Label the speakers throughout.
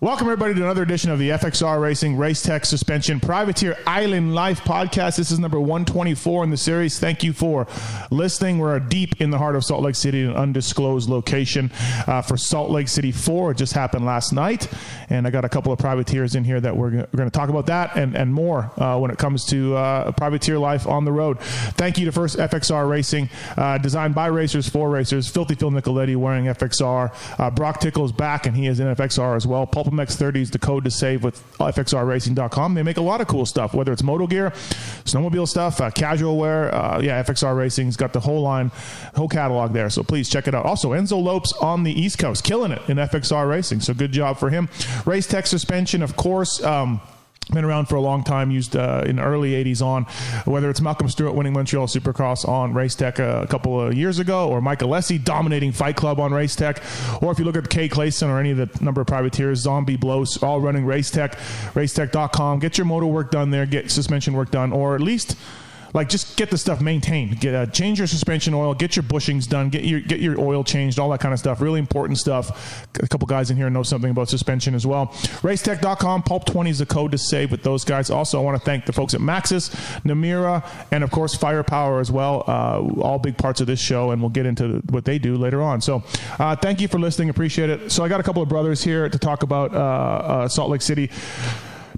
Speaker 1: Welcome, everybody, to another edition of the FXR Racing Race Tech Suspension Privateer Island Life podcast. This is number 124 in the series. Thank you for listening. We're deep in the heart of Salt Lake City, an undisclosed location uh, for Salt Lake City 4. It just happened last night, and I got a couple of privateers in here that we're going to talk about that and, and more uh, when it comes to uh, privateer life on the road. Thank you to First FXR Racing, uh, designed by racers for racers. Filthy Phil Nicoletti wearing FXR. Uh, Brock Tickle's back, and he is in FXR as well. Pulpamex 30 is the code to save with FXRRacing.com. They make a lot of cool stuff, whether it's moto gear, snowmobile stuff, uh, casual wear. Uh, yeah, FXR Racing's got the whole line, whole catalog there. So please check it out. Also, Enzo Lopes on the East Coast, killing it in FXR Racing. So good job for him. Race Tech Suspension, of course. Um, been around for a long time, used uh, in early 80s on, whether it's Malcolm Stewart winning Montreal Supercross on Race Tech uh, a, a couple of years ago, or Michael Lessie dominating Fight Club on Race Tech, or if you look at Kay Clayson or any of the number of privateers, Zombie Blows, all running Race Tech, racetech.com. Get your motor work done there, get suspension work done, or at least like just get the stuff maintained. Get uh, change your suspension oil, get your bushings done, get your get your oil changed, all that kind of stuff. Really important stuff. A couple guys in here know something about suspension as well. Racetech.com, Pulp Twenty is the code to save with those guys. Also, I want to thank the folks at Maxis, Namira, and of course Firepower as well. Uh, all big parts of this show, and we'll get into what they do later on. So, uh, thank you for listening. Appreciate it. So, I got a couple of brothers here to talk about uh, Salt Lake City.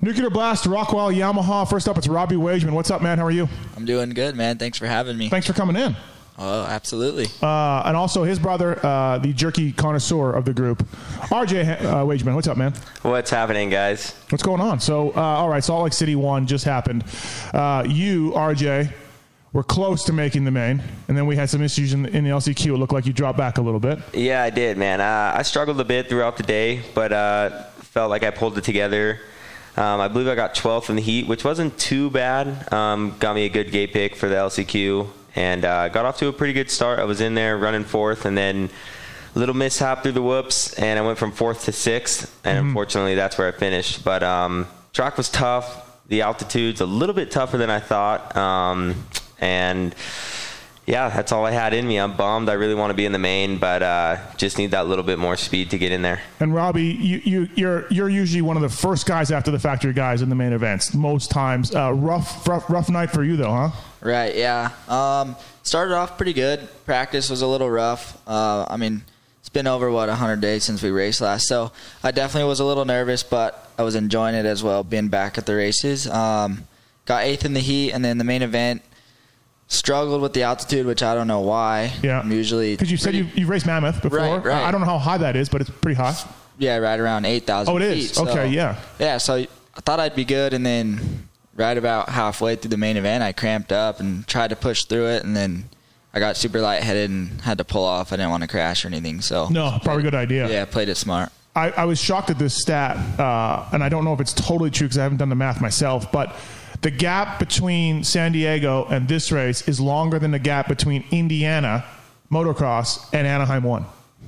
Speaker 1: Nuclear Blast, Rockwell, Yamaha. First up, it's Robbie Wageman. What's up, man? How are you?
Speaker 2: I'm doing good, man. Thanks for having me.
Speaker 1: Thanks for coming in.
Speaker 2: Oh, absolutely.
Speaker 1: Uh, and also his brother, uh, the jerky connoisseur of the group, RJ uh, Wageman. What's up, man?
Speaker 3: What's happening, guys?
Speaker 1: What's going on? So, uh, all right, Salt Lake City 1 just happened. Uh, you, RJ, were close to making the main, and then we had some issues in, in the LCQ. It looked like you dropped back a little bit.
Speaker 3: Yeah, I did, man. Uh, I struggled a bit throughout the day, but uh, felt like I pulled it together. Um, I believe I got 12th in the heat, which wasn't too bad. Um, got me a good gate pick for the LCQ and uh, got off to a pretty good start. I was in there running fourth, and then a little mishap through the whoops, and I went from fourth to sixth. And mm-hmm. unfortunately, that's where I finished. But um, track was tough. The altitude's a little bit tougher than I thought. um, and yeah, that's all I had in me. I'm bummed. I really want to be in the main, but uh, just need that little bit more speed to get in there.
Speaker 1: And Robbie, you, you you're you're usually one of the first guys after the factory guys in the main events most times. Uh, rough rough rough night for you though, huh?
Speaker 2: Right. Yeah. Um, started off pretty good. Practice was a little rough. Uh, I mean, it's been over what 100 days since we raced last, so I definitely was a little nervous, but I was enjoying it as well, being back at the races. Um, got eighth in the heat, and then the main event struggled with the altitude, which I don't know why.
Speaker 1: Yeah,
Speaker 2: I'm usually
Speaker 1: because you said you you raced Mammoth before.
Speaker 2: Right, right.
Speaker 1: I don't know how high that is, but it's pretty high.
Speaker 2: Yeah, right around eight thousand.
Speaker 1: Oh, it is.
Speaker 2: Feet,
Speaker 1: okay, so, yeah.
Speaker 2: Yeah, so I thought I'd be good, and then right about halfway through the main event, I cramped up and tried to push through it, and then. I got super lightheaded and had to pull off. I didn't want to crash or anything, so
Speaker 1: no, probably good idea.
Speaker 2: Yeah, played it smart.
Speaker 1: I, I was shocked at this stat, uh, and I don't know if it's totally true because I haven't done the math myself, but the gap between San Diego and this race is longer than the gap between Indiana motocross and Anaheim 1.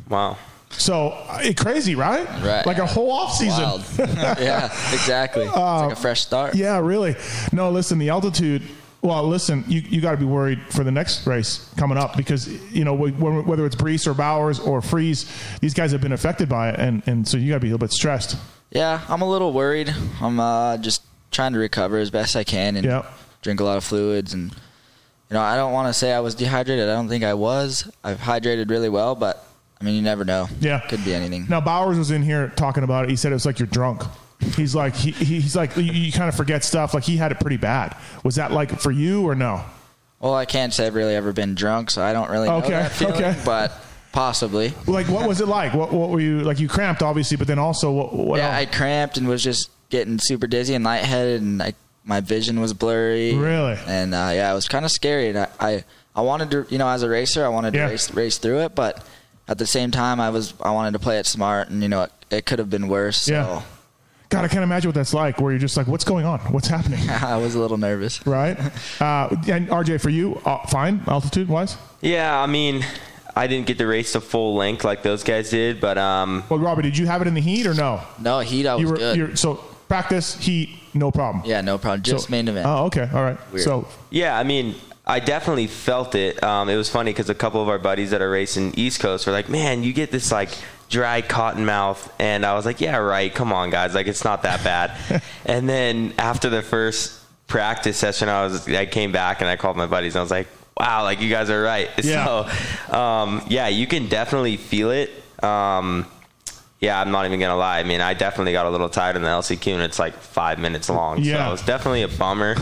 Speaker 3: Wow.
Speaker 1: So uh, it crazy, right?
Speaker 2: Right.
Speaker 1: Like a whole off season. Um,
Speaker 2: yeah, exactly. Uh, it's like a fresh start.
Speaker 1: Yeah, really. No, listen, the altitude well, listen, you, you got to be worried for the next race coming up because, you know, whether it's Brees or Bowers or Freeze, these guys have been affected by it. And, and so you got to be a little bit stressed.
Speaker 2: Yeah, I'm a little worried. I'm uh, just trying to recover as best I can and
Speaker 1: yep.
Speaker 2: drink a lot of fluids and you know I don't want to say I was dehydrated. I don't think I was. I've hydrated really well, but I mean you never know.
Speaker 1: Yeah,
Speaker 2: could be anything.
Speaker 1: Now Bowers was in here talking about it. He said it was like you're drunk. He's like he, he's like you, you kind of forget stuff. Like he had it pretty bad. Was that like for you or no?
Speaker 2: Well, I can't say I've really ever been drunk, so I don't really know
Speaker 1: okay.
Speaker 2: that feeling,
Speaker 1: okay.
Speaker 2: but possibly.
Speaker 1: Like what was it like? What what were you like? You cramped obviously, but then also what? what
Speaker 2: yeah,
Speaker 1: else?
Speaker 2: I cramped and was just getting super dizzy and lightheaded, and I, my vision was blurry.
Speaker 1: Really?
Speaker 2: And uh, yeah, it was kind of scary. And I, I, I, wanted to, you know, as a racer, I wanted to
Speaker 1: yeah.
Speaker 2: race race through it, but at the same time, I was I wanted to play it smart, and you know, it, it could have been worse. So.
Speaker 1: Yeah. God, I can't imagine what that's like. Where you're just like, what's going on? What's happening?
Speaker 2: I was a little nervous.
Speaker 1: Right. Uh, and RJ, for you, uh, fine altitude wise.
Speaker 3: Yeah, I mean, I didn't get to race the full length like those guys did, but um.
Speaker 1: Well, Robert, did you have it in the heat or no?
Speaker 2: No heat. I was
Speaker 1: you were,
Speaker 2: good.
Speaker 1: You're, so practice heat, no problem.
Speaker 2: Yeah, no problem. Just
Speaker 1: so,
Speaker 2: main event.
Speaker 1: Oh, okay, all right.
Speaker 2: Weird.
Speaker 1: So
Speaker 3: yeah, I mean, I definitely felt it. Um, it was funny because a couple of our buddies that are racing East Coast were like, "Man, you get this like dry cotton mouth. And I was like, yeah, right. Come on, guys. Like, it's not that bad. and then after the first practice session, I was, I came back and I called my buddies and I was like, wow, like you guys are right.
Speaker 1: Yeah.
Speaker 3: So, um, yeah, you can definitely feel it. Um, yeah, I'm not even gonna lie. I mean, I definitely got a little tired in the LCQ, and it's like five minutes long.
Speaker 1: Yeah.
Speaker 3: So it's definitely a bummer.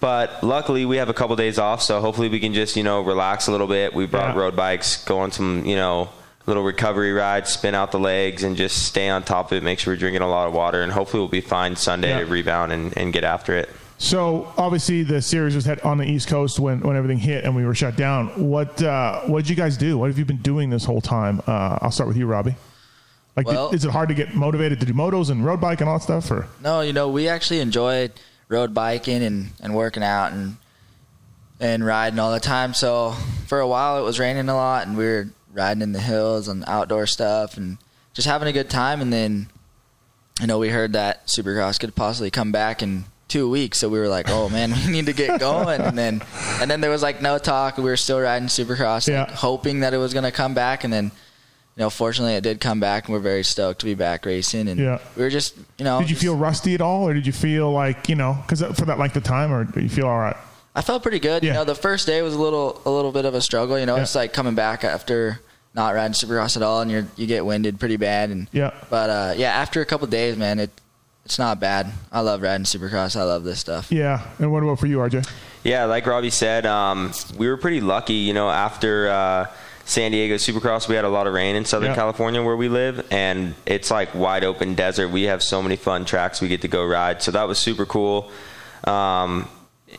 Speaker 3: but luckily, we have a couple days off, so hopefully we can just you know relax a little bit. We brought
Speaker 1: Yeah.
Speaker 3: road bikes, go on some you know little recovery rides, spin out the legs, and just stay on top of it. Make sure we're drinking a lot of water, and hopefully we'll be fine Sunday
Speaker 1: Yeah.
Speaker 3: to rebound and, and get after it.
Speaker 1: So obviously the series was had on the East Coast when, when everything hit and we were shut down. What uh, what did you guys do? What have you been doing this whole time? Uh, I'll start with you, Robbie. Like,
Speaker 2: Well-
Speaker 1: is it hard to get motivated to do motos and road bike and all that stuff? Or
Speaker 2: No, you know, we actually enjoy road biking and, and working out and and riding all the time. So for a while it was raining a lot and we were riding in the hills and outdoor stuff and just having a good time and then you know, we heard that Supercross could possibly come back in two weeks, so we were like, Oh man, we need to get going and then and then there was like no talk, we were still riding Supercross, like,
Speaker 1: Yeah.
Speaker 2: hoping that it was gonna come back and then you know, fortunately, it did come back, and we're very stoked to be back racing. And
Speaker 1: Yeah.
Speaker 2: we were just, you know,
Speaker 1: did you
Speaker 2: just-
Speaker 1: feel rusty at all, or did you feel like you know because for that like the time, or you feel all right?
Speaker 2: I felt pretty good.
Speaker 1: Yeah.
Speaker 2: You know, the first day was a little a little bit of a struggle. You know,
Speaker 1: Yeah.
Speaker 2: it's like coming back after not riding supercross at all, and you you get winded pretty bad. And
Speaker 1: Yeah.
Speaker 2: but uh, yeah, after a couple days, man, it it's not bad. I love riding supercross. I love this stuff.
Speaker 1: Yeah. And what about for you, RJ?
Speaker 3: Yeah, like Robbie said, um, we were pretty lucky. You know, after uh, San Diego Supercross, we had a lot of rain in Southern
Speaker 1: Yeah.
Speaker 3: California where we live, and it's like wide open desert. We have so many fun tracks we get to go ride, so that was super cool. Um,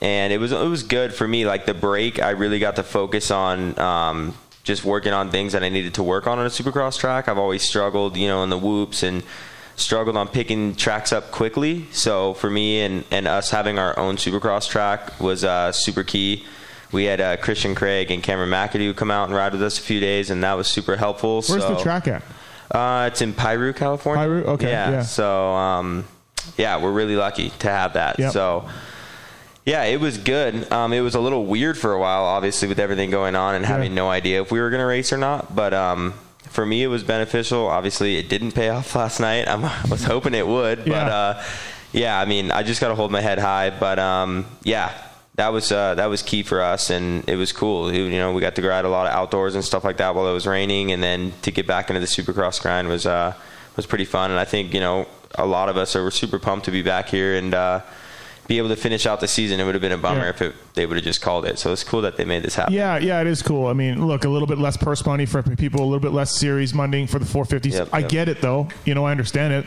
Speaker 3: and it was it was good for me. Like the break, I really got to focus on um, just working on things that I needed to work on on a Supercross track. I've always struggled, you know, in the whoops and struggled on picking tracks up quickly. So for me and, and us having our own supercross track was uh, super key. We had uh, Christian Craig and Cameron McAdoo come out and ride with us a few days, and that was super helpful.
Speaker 1: Where's
Speaker 3: so,
Speaker 1: the track at?
Speaker 3: Uh, it's in Piru, California.
Speaker 1: Piru? Okay, yeah.
Speaker 3: So, um, yeah, we're really lucky to have that.
Speaker 1: Yep.
Speaker 3: So, yeah, it was good. Um, it was a little weird for a while, obviously, with everything going on and having no idea if we were going to race or not. But um, for me, it was beneficial. Obviously, it didn't pay off last night. I'm, I was hoping it would. But
Speaker 1: Yeah.
Speaker 3: uh, yeah, I mean, I just got to hold my head high. But um, yeah, that was uh, that was key for us, and it was cool. You know, we got to go ride a lot of outdoors and stuff like that while it was raining, and then to get back into the Supercross grind was uh, was pretty fun. And I think you know a lot of us are super pumped to be back here and. Uh, be able to finish out the season. It would have been a bummer
Speaker 1: Yeah.
Speaker 3: if it, they would have just called it. So it's cool that they made this happen.
Speaker 1: Yeah, yeah, it is cool. I mean, look, a little bit less purse money for people, a little bit less series money for the 450s.
Speaker 3: Yep,
Speaker 1: I
Speaker 3: yep.
Speaker 1: get it though. You know, I understand it.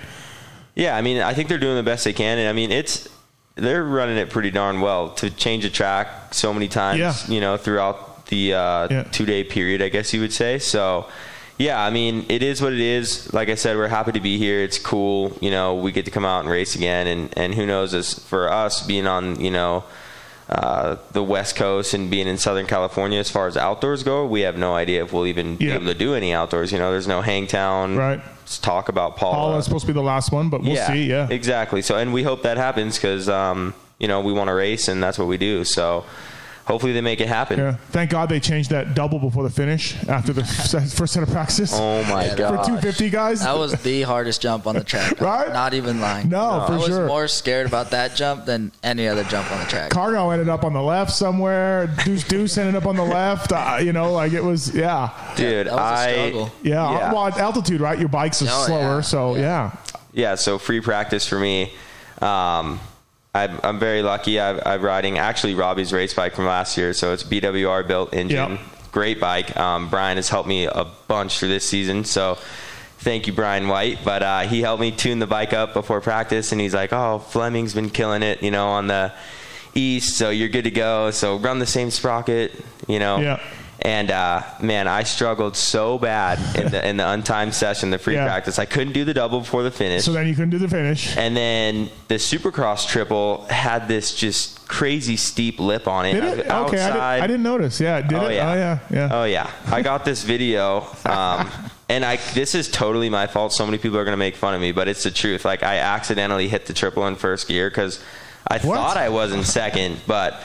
Speaker 3: Yeah, I mean, I think they're doing the best they can, and I mean, it's they're running it pretty darn well to change a track so many times,
Speaker 1: Yeah.
Speaker 3: you know, throughout the uh,
Speaker 1: Yeah.
Speaker 3: two day period, I guess you would say. So, yeah, I mean, it is what it is. Like I said, we're happy to be here. It's cool, you know, we get to come out and race again, and and who knows, as for us being on, you know. Uh, the West Coast and being in Southern California, as far as outdoors go, we have no idea if we'll even be
Speaker 1: Yeah.
Speaker 3: able to do any outdoors. You know, there's no Hangtown.
Speaker 1: Right.
Speaker 3: Let's talk about
Speaker 1: All
Speaker 3: Paula.
Speaker 1: is supposed to be the last one, but we'll see. Yeah.
Speaker 3: Exactly. So, and we hope that happens because, um, you know, we want to race and that's what we do. So hopefully they make it happen.
Speaker 1: Yeah. Thank God they changed that double before the finish after the s- first set of practice.
Speaker 3: Oh my
Speaker 2: Yeah,
Speaker 1: for
Speaker 3: God.
Speaker 2: gosh.
Speaker 1: 250 guys.
Speaker 2: That was the hardest jump on the track.
Speaker 1: Right?
Speaker 2: I'm Not even lying.
Speaker 1: No, for
Speaker 2: I was
Speaker 1: sure.
Speaker 2: more scared about that jump than any other jump on the track.
Speaker 1: Cargo ended up on the left somewhere. Deuce Deuce ended up on the left. Uh, you know, like it was, yeah.
Speaker 3: Dude,
Speaker 2: that was a
Speaker 3: I-
Speaker 2: struggle.
Speaker 1: Yeah.
Speaker 3: Yeah.
Speaker 1: Well, at altitude, right? Your bikes are
Speaker 2: Oh,
Speaker 1: slower.
Speaker 2: yeah.
Speaker 1: So, yeah.
Speaker 3: yeah, so free practice for me. Um, I'm, I'm very lucky. I've, I'm riding actually Robbie's race bike from last year, so it's BWR built engine.
Speaker 1: Yep.
Speaker 3: Great bike. Um, Brian has helped me a bunch through this season, so thank you, Brian White. But uh, he helped me tune the bike up before practice, and he's like, "Oh, Fleming's been killing it, you know, on the east, so you're good to go. So run the same sprocket, you know."
Speaker 1: Yeah.
Speaker 3: And uh, man, I struggled so bad in the in the untimed session, the free
Speaker 1: Yeah.
Speaker 3: practice. I couldn't do the double before the finish.
Speaker 1: So then you couldn't do the finish.
Speaker 3: And then the Supercross triple had this just crazy steep lip on it.
Speaker 1: Did it? Okay. I, did,
Speaker 3: Outside.
Speaker 1: I didn't notice. Yeah. Did
Speaker 3: Oh
Speaker 1: it?
Speaker 3: yeah.
Speaker 1: Oh, yeah. Yeah.
Speaker 3: Oh yeah. I got this video, um, and I this is totally my fault. So many people are gonna make fun of me, but it's the truth. Like I accidentally hit the triple in first gear because I
Speaker 1: What?
Speaker 3: thought I was in second, but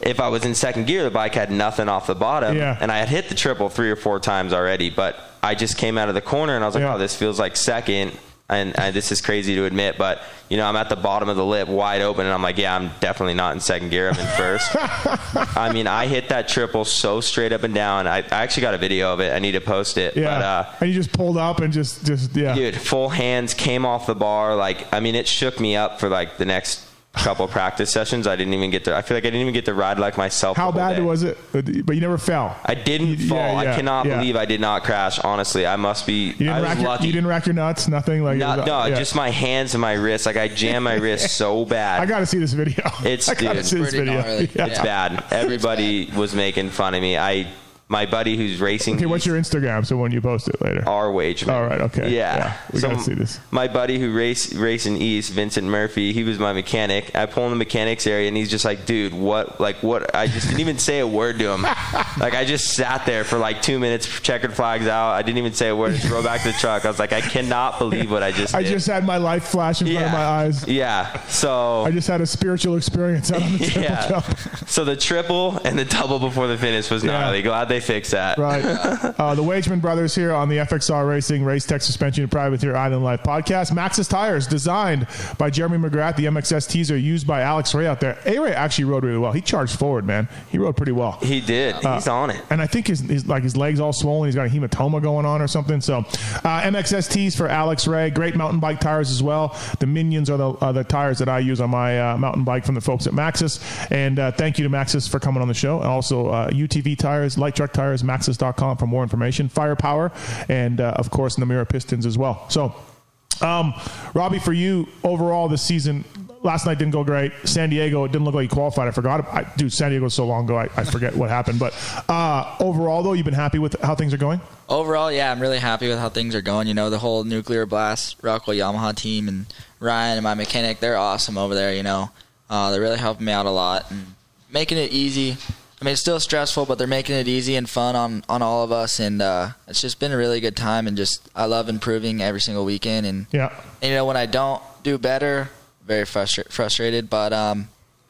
Speaker 3: if I was in second gear, the bike had nothing off the bottom,
Speaker 1: Yeah.
Speaker 3: and I had hit the triple three or four times already. But I just came out of the corner, and I was like,
Speaker 1: Yeah.
Speaker 3: "Oh, this feels like second. And, and this is crazy to admit, but you know, I'm at the bottom of the lip, wide open, and I'm like, "Yeah, I'm definitely not in second gear. I'm in first. I mean, I hit that triple so straight up and down. I, I actually got a video of it. I need to post it.
Speaker 1: Yeah.
Speaker 3: But uh,
Speaker 1: and you just pulled up and just, just yeah.
Speaker 3: dude full hands came off the bar like i mean it shook me up for like the next couple practice sessions i didn't even get to i feel like i didn't even get to ride like myself
Speaker 1: How
Speaker 3: the whole
Speaker 1: bad
Speaker 3: day.
Speaker 1: was it? But but you never fell.
Speaker 3: i didn't
Speaker 1: Yeah,
Speaker 3: fall
Speaker 1: yeah,
Speaker 3: i cannot
Speaker 1: yeah.
Speaker 3: believe i did not crash honestly i must be
Speaker 1: You didn't,
Speaker 3: i was
Speaker 1: rack your,
Speaker 3: lucky
Speaker 1: you didn't rack your nuts, nothing like it
Speaker 3: no,
Speaker 1: was-
Speaker 3: no
Speaker 1: yeah.
Speaker 3: just my hands and my wrists like i jammed my wrist so bad
Speaker 1: I got to see this video.
Speaker 3: It's-
Speaker 1: I gotta
Speaker 3: dude,
Speaker 1: see this
Speaker 2: pretty
Speaker 1: video.
Speaker 2: gnarly.
Speaker 1: Yeah.
Speaker 3: it's
Speaker 2: Yeah.
Speaker 3: bad everybody was making fun of me i my buddy who's racing
Speaker 1: Okay, what's your Oh, Instagram? So when you post it later.
Speaker 3: our wage man.
Speaker 1: All right, okay.
Speaker 3: Oh. Yeah.
Speaker 1: Yeah, we gotta see this.
Speaker 3: My buddy who race racing East, Vincent Murphy, he was my mechanic. I pull in the mechanics area and he's just like, dude, what like what I just didn't even say a word to him. like I just sat there for like two minutes, checkered flags out. I didn't even say a word, just rode back to the truck. I was like, I cannot believe what I just
Speaker 1: I
Speaker 3: did.
Speaker 1: just had my life flash in front of my eyes.
Speaker 3: Yeah. So
Speaker 1: I just had a spiritual experience out on the triple
Speaker 3: yeah.
Speaker 1: jump.
Speaker 3: so the triple and the double before the finish was
Speaker 1: Yeah.
Speaker 3: gnarly. Glad they fixed that.
Speaker 1: Right. Uh, the Wageman brothers here on the FXR Racing Race Tech Suspension and Privateer Island Life podcast. Max's tires designed by Jeremy McGrath. The MXS teaser used by Alex Ray out there. A Ray actually rode really well. He charged forward, man. He rode pretty well.
Speaker 3: He did.
Speaker 1: Uh,
Speaker 3: He's on it.
Speaker 1: and I think his, his like his legs all swollen. He's got a hematoma going on or something. So, uh, MXSTs for Alex Ray. Great mountain bike tires as well. The Minions are the are the tires that I use on my uh, mountain bike from the folks at Maxis. And uh, thank you to Maxis for coming on the show. And also uh, UTV tires, light truck tires, Maxis.com for more information. Firepower, and uh, of course Namira Pistons as well. So. Um, Robbie, for you overall this season, last night didn't go great. San Diego, it didn't look like you qualified. I forgot. I, dude, San Diego was so long ago, I, I forget what happened. But uh, overall, though, you've been happy with how things are going?
Speaker 2: overall, yeah, I'm really happy with how things are going. You know, the whole nuclear blast Rockwell Yamaha team and Ryan and my mechanic, they're awesome over there. You know, uh, they're really helping me out a lot and making it easy. I mean, it's still stressful, but they're making it easy and fun on on all of us, and uh, it's just been a really good time. And just I love improving every single weekend, and
Speaker 1: Yeah.
Speaker 2: and, you know, when I don't do better, very frustra- frustrated, but um,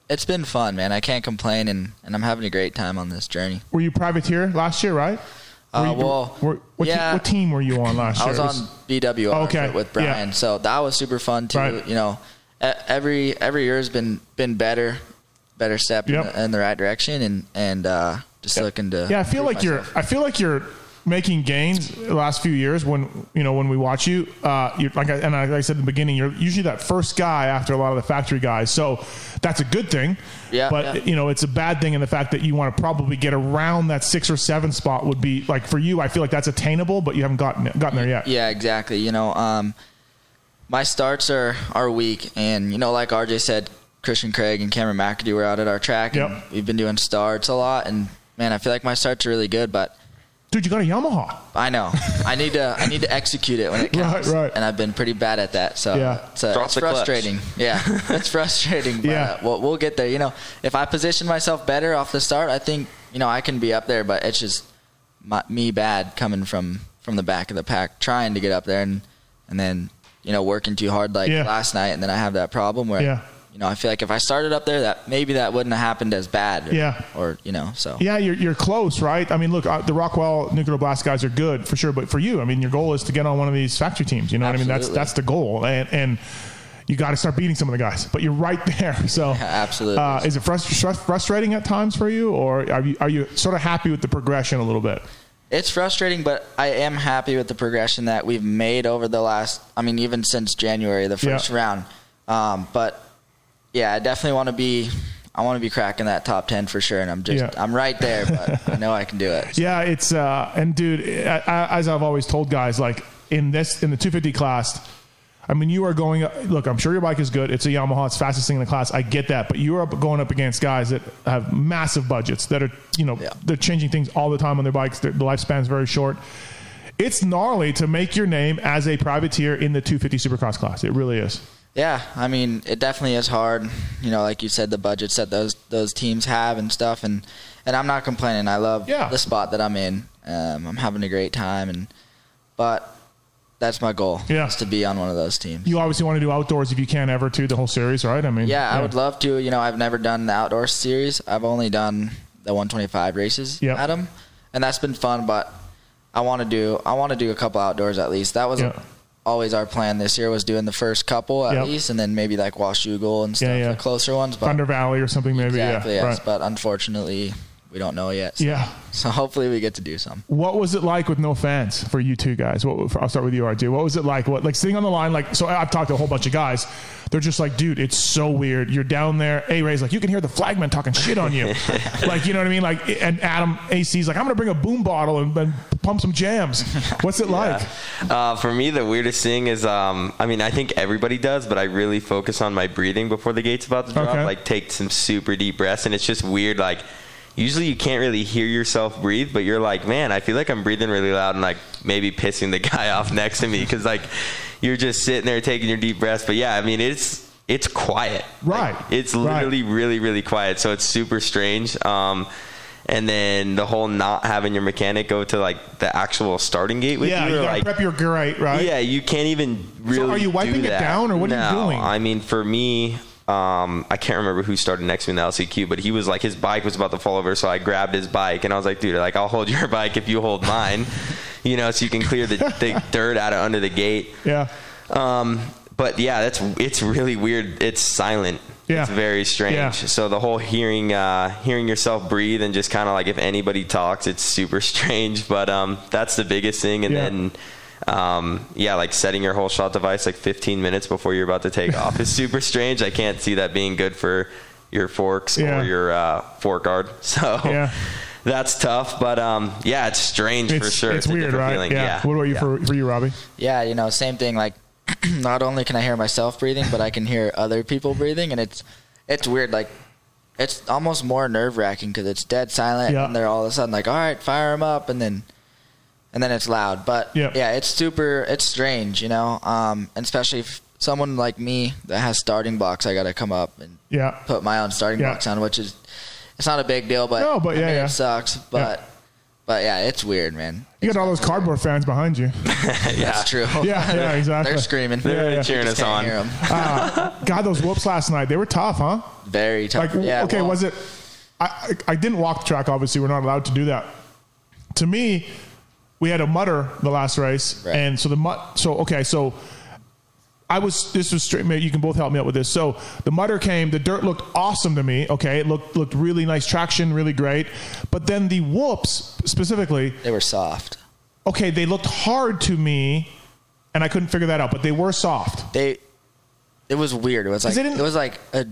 Speaker 2: it's been fun, man. I can't complain, and, and I'm having a great time on this journey.
Speaker 1: Were you privateer last year, right?
Speaker 2: Uh,
Speaker 1: Were you-
Speaker 2: well,
Speaker 1: were- what, te-
Speaker 2: yeah.
Speaker 1: what team were you on last
Speaker 2: I
Speaker 1: year?
Speaker 2: was
Speaker 1: It
Speaker 2: on BWR
Speaker 1: Okay,
Speaker 2: with
Speaker 1: yeah.
Speaker 2: Brian, so that was super fun too.
Speaker 1: Right.
Speaker 2: You know, e- every every year has been been better, better step
Speaker 1: Yep.
Speaker 2: in, the, in the right direction, and and uh, just looking to
Speaker 1: Yeah, I feel
Speaker 2: improve
Speaker 1: like you're.
Speaker 2: myself.
Speaker 1: I feel like you're making gains the last few years when you know when we watch you. Uh, you're like I, and I, like I said in the beginning, you're usually that first guy after a lot of the factory guys. So that's a good thing.
Speaker 2: Yeah,
Speaker 1: But
Speaker 2: yeah.
Speaker 1: you know, it's a bad thing in the fact that you want to probably get around that six or seven spot would be like for you. I feel like that's attainable, but you haven't gotten gotten there yet.
Speaker 2: Yeah, exactly. You know, um, my starts are are weak, and you know, like RJ said, Christian Craig and Cameron McAdoo were out at our track. and
Speaker 1: Yep.
Speaker 2: we've been doing starts a lot, and man, I feel like my starts are really good, but
Speaker 1: Dude, you got a Yamaha.
Speaker 2: I know I need to I need to execute it when it
Speaker 1: Right,
Speaker 2: counts,
Speaker 1: right.
Speaker 2: and I've been pretty bad at that. So
Speaker 1: Yeah.
Speaker 2: it's, uh,
Speaker 3: Drop
Speaker 2: it's
Speaker 3: the clutch.
Speaker 2: frustrating. Yeah, it's frustrating. But,
Speaker 1: Yeah.
Speaker 2: uh, we'll, we'll get there. You know, if I position myself better off the start, I think you know I can be up there. But it's just my, me bad coming from from the back of the pack, trying to get up there, and and then you know working too hard like
Speaker 1: Yeah.
Speaker 2: last night, and then I have that problem where.
Speaker 1: Yeah.
Speaker 2: You know, I feel like if I started up there, that maybe that wouldn't have happened as bad. Or,
Speaker 1: Yeah.
Speaker 2: Or you know, so
Speaker 1: Yeah, you're, you're close, right? I mean, look, uh, the Rockwell Nuclear Blast guys are good for sure, but for you, I mean, your goal is to get on one of these factory teams. You know what I mean? That's
Speaker 2: Absolutely.
Speaker 1: that's the goal, and and you got to start beating some of the guys. But you're right there, so
Speaker 2: absolutely.
Speaker 1: Uh, is it frust- frust- frustrating at times for you, or are you are you sort of happy with the progression a little bit?
Speaker 2: It's frustrating, but I am happy with the progression that we've made over the last. I mean, even since January, the
Speaker 1: Yeah.
Speaker 2: first round. Um, but yeah, I definitely want to be. I want to be cracking that top ten for sure, and I'm just.
Speaker 1: Yeah.
Speaker 2: I'm right there, but I know I can do it.
Speaker 1: Yeah, it's uh, and dude, I, I, as I've always told guys, like in this in the 250 class, I mean, you are going. Look, I'm sure your bike is good. It's a Yamaha. It's the fastest thing in the class. I get that, but you are up, going up against guys that have massive budgets that are you know
Speaker 2: Yeah.
Speaker 1: they're changing things all the time on their bikes. Their, the lifespan's very short. It's gnarly to make your name as a privateer in the 250 Supercross class. It really is.
Speaker 2: Yeah, I mean, it definitely is hard. You know, like you said, the budgets that those those teams have and stuff, and and I'm not complaining. I love
Speaker 1: Yeah.
Speaker 2: the spot that I'm in. Um, I'm having a great time, and but that's my goal.
Speaker 1: Yeah.
Speaker 2: is to be on one of those teams.
Speaker 1: You obviously want to do outdoors if you can ever too the whole series, right? I mean,
Speaker 2: yeah, I would love to. You know, I've never done the outdoor series. I've only done the 125 races
Speaker 1: Yep.
Speaker 2: at them, and that's been fun. But I want to do I want to do a couple outdoors at least. That was
Speaker 1: Yep.
Speaker 2: always our plan this year was doing the first couple at
Speaker 1: Yep.
Speaker 2: least, and then maybe like Washugal and stuff,
Speaker 1: Yeah, yeah.
Speaker 2: the closer ones. But
Speaker 1: Thunder Valley or something maybe.
Speaker 2: exactly,
Speaker 1: yeah,
Speaker 2: yes.
Speaker 1: right.
Speaker 2: But unfortunately, we don't know yet. So,
Speaker 1: yeah.
Speaker 2: so hopefully, we get to do some.
Speaker 1: What was it like with no fans for you two guys? What, for, I'll start with you, RJ. What was it like? What like sitting on the line? Like so, I- I've talked to a whole bunch of guys. They're just like, dude, it's so weird. You're down there. A Ray's like, you can hear the flagman talking shit on you. like you know what I mean? Like and Adam AC's like, I'm gonna bring a boom bottle and, and pump some jams. What's it like?
Speaker 3: Uh, for me, the weirdest thing is, um, I mean, I think everybody does, but I really focus on my breathing before the gate's about to drop.
Speaker 1: Okay.
Speaker 3: Like, take some super deep breaths, and it's just weird. Like, usually you can't really hear yourself breathe, but you're like, man, I feel like I'm breathing really loud and like maybe pissing the guy off next to me because like you're just sitting there taking your deep breaths. But yeah, I mean, it's it's quiet.
Speaker 1: Right.
Speaker 3: Like, it's
Speaker 1: Right.
Speaker 3: literally really really quiet so it's super strange um and then the whole not having your mechanic go to like the actual starting gate with
Speaker 1: yeah, you
Speaker 3: you, or,
Speaker 1: gotta
Speaker 3: like
Speaker 1: prep your great, right?
Speaker 3: yeah you can't even really
Speaker 1: are you wiping
Speaker 3: do
Speaker 1: it
Speaker 3: that.
Speaker 1: down, or what are you
Speaker 3: No,
Speaker 1: doing?
Speaker 3: i mean for me um, I can't remember who started next to me in the LCQ, but he was like his bike was about to fall over, so I grabbed his bike and I was like, "Dude, like I'll hold your bike if you hold mine, you know, so you can clear the, the dirt out of under the gate."
Speaker 1: yeah.
Speaker 3: Um, but yeah, that's it's really weird. It's silent.
Speaker 1: Yeah.
Speaker 3: It's very strange.
Speaker 1: Yeah.
Speaker 3: So the whole hearing uh, hearing yourself breathe and just kind of like if anybody talks, it's super strange. But um, that's the biggest thing. And
Speaker 1: Yeah.
Speaker 3: then um, yeah, like setting your whole shot device like 15 minutes before you're about to take off is super strange. I can't see that being good for your forks
Speaker 1: Yeah.
Speaker 3: or your uh, fork guard. So
Speaker 1: Yeah.
Speaker 3: that's tough. But um, yeah, it's strange
Speaker 1: It's,
Speaker 3: for sure.
Speaker 1: it's,
Speaker 3: a
Speaker 1: weird,
Speaker 3: different
Speaker 1: right?
Speaker 3: feeling.
Speaker 1: Yeah. What about you
Speaker 3: Yeah.
Speaker 1: for, for you, Robbie?
Speaker 2: Yeah, you know, same thing. Like, not only can I hear myself breathing, but I can hear other people breathing, and it's it's weird. Like, it's almost more nerve wracking because it's dead silent,
Speaker 1: Yeah.
Speaker 2: and they're all of a sudden like, "All right, fire them up," and then and then it's loud. But
Speaker 1: Yeah.
Speaker 2: yeah, it's super. It's strange, you know, um, and especially if someone like me that has starting blocks, I got to come up and
Speaker 1: Yeah.
Speaker 2: put my own starting
Speaker 1: Yeah.
Speaker 2: blocks on, which is it's not a big deal, but
Speaker 1: No, but
Speaker 2: I
Speaker 1: yeah,
Speaker 2: mean,
Speaker 1: yeah.
Speaker 2: it sucks. But but yeah, it's weird, man.
Speaker 1: You got all those cardboard fans behind you.
Speaker 2: That's true.
Speaker 3: Oh.
Speaker 1: Yeah, yeah, exactly.
Speaker 2: They're screaming.
Speaker 1: They're
Speaker 2: You
Speaker 3: cheering
Speaker 2: just
Speaker 3: us
Speaker 2: can't
Speaker 3: on.
Speaker 2: hear 'em.
Speaker 1: God, those whoops last night, they were tough, huh?
Speaker 2: Very tough.
Speaker 1: Like,
Speaker 2: yeah,
Speaker 1: okay,
Speaker 2: well,
Speaker 1: was it? I, I I didn't walk the track. Obviously, we're not allowed to do that. To me, we had a mutter the last race,
Speaker 2: Right.
Speaker 1: and so the mut. So okay, so I was. This was straight. You can both help me out with this. So the mutter came. The dirt looked awesome to me. Okay, it looked looked really nice traction, really great. But then the whoops specifically
Speaker 2: They were soft.
Speaker 1: okay, they looked hard to me, and I couldn't figure that out. But they were soft.
Speaker 2: They. It was weird. It was like
Speaker 1: they didn't-
Speaker 2: it was like a.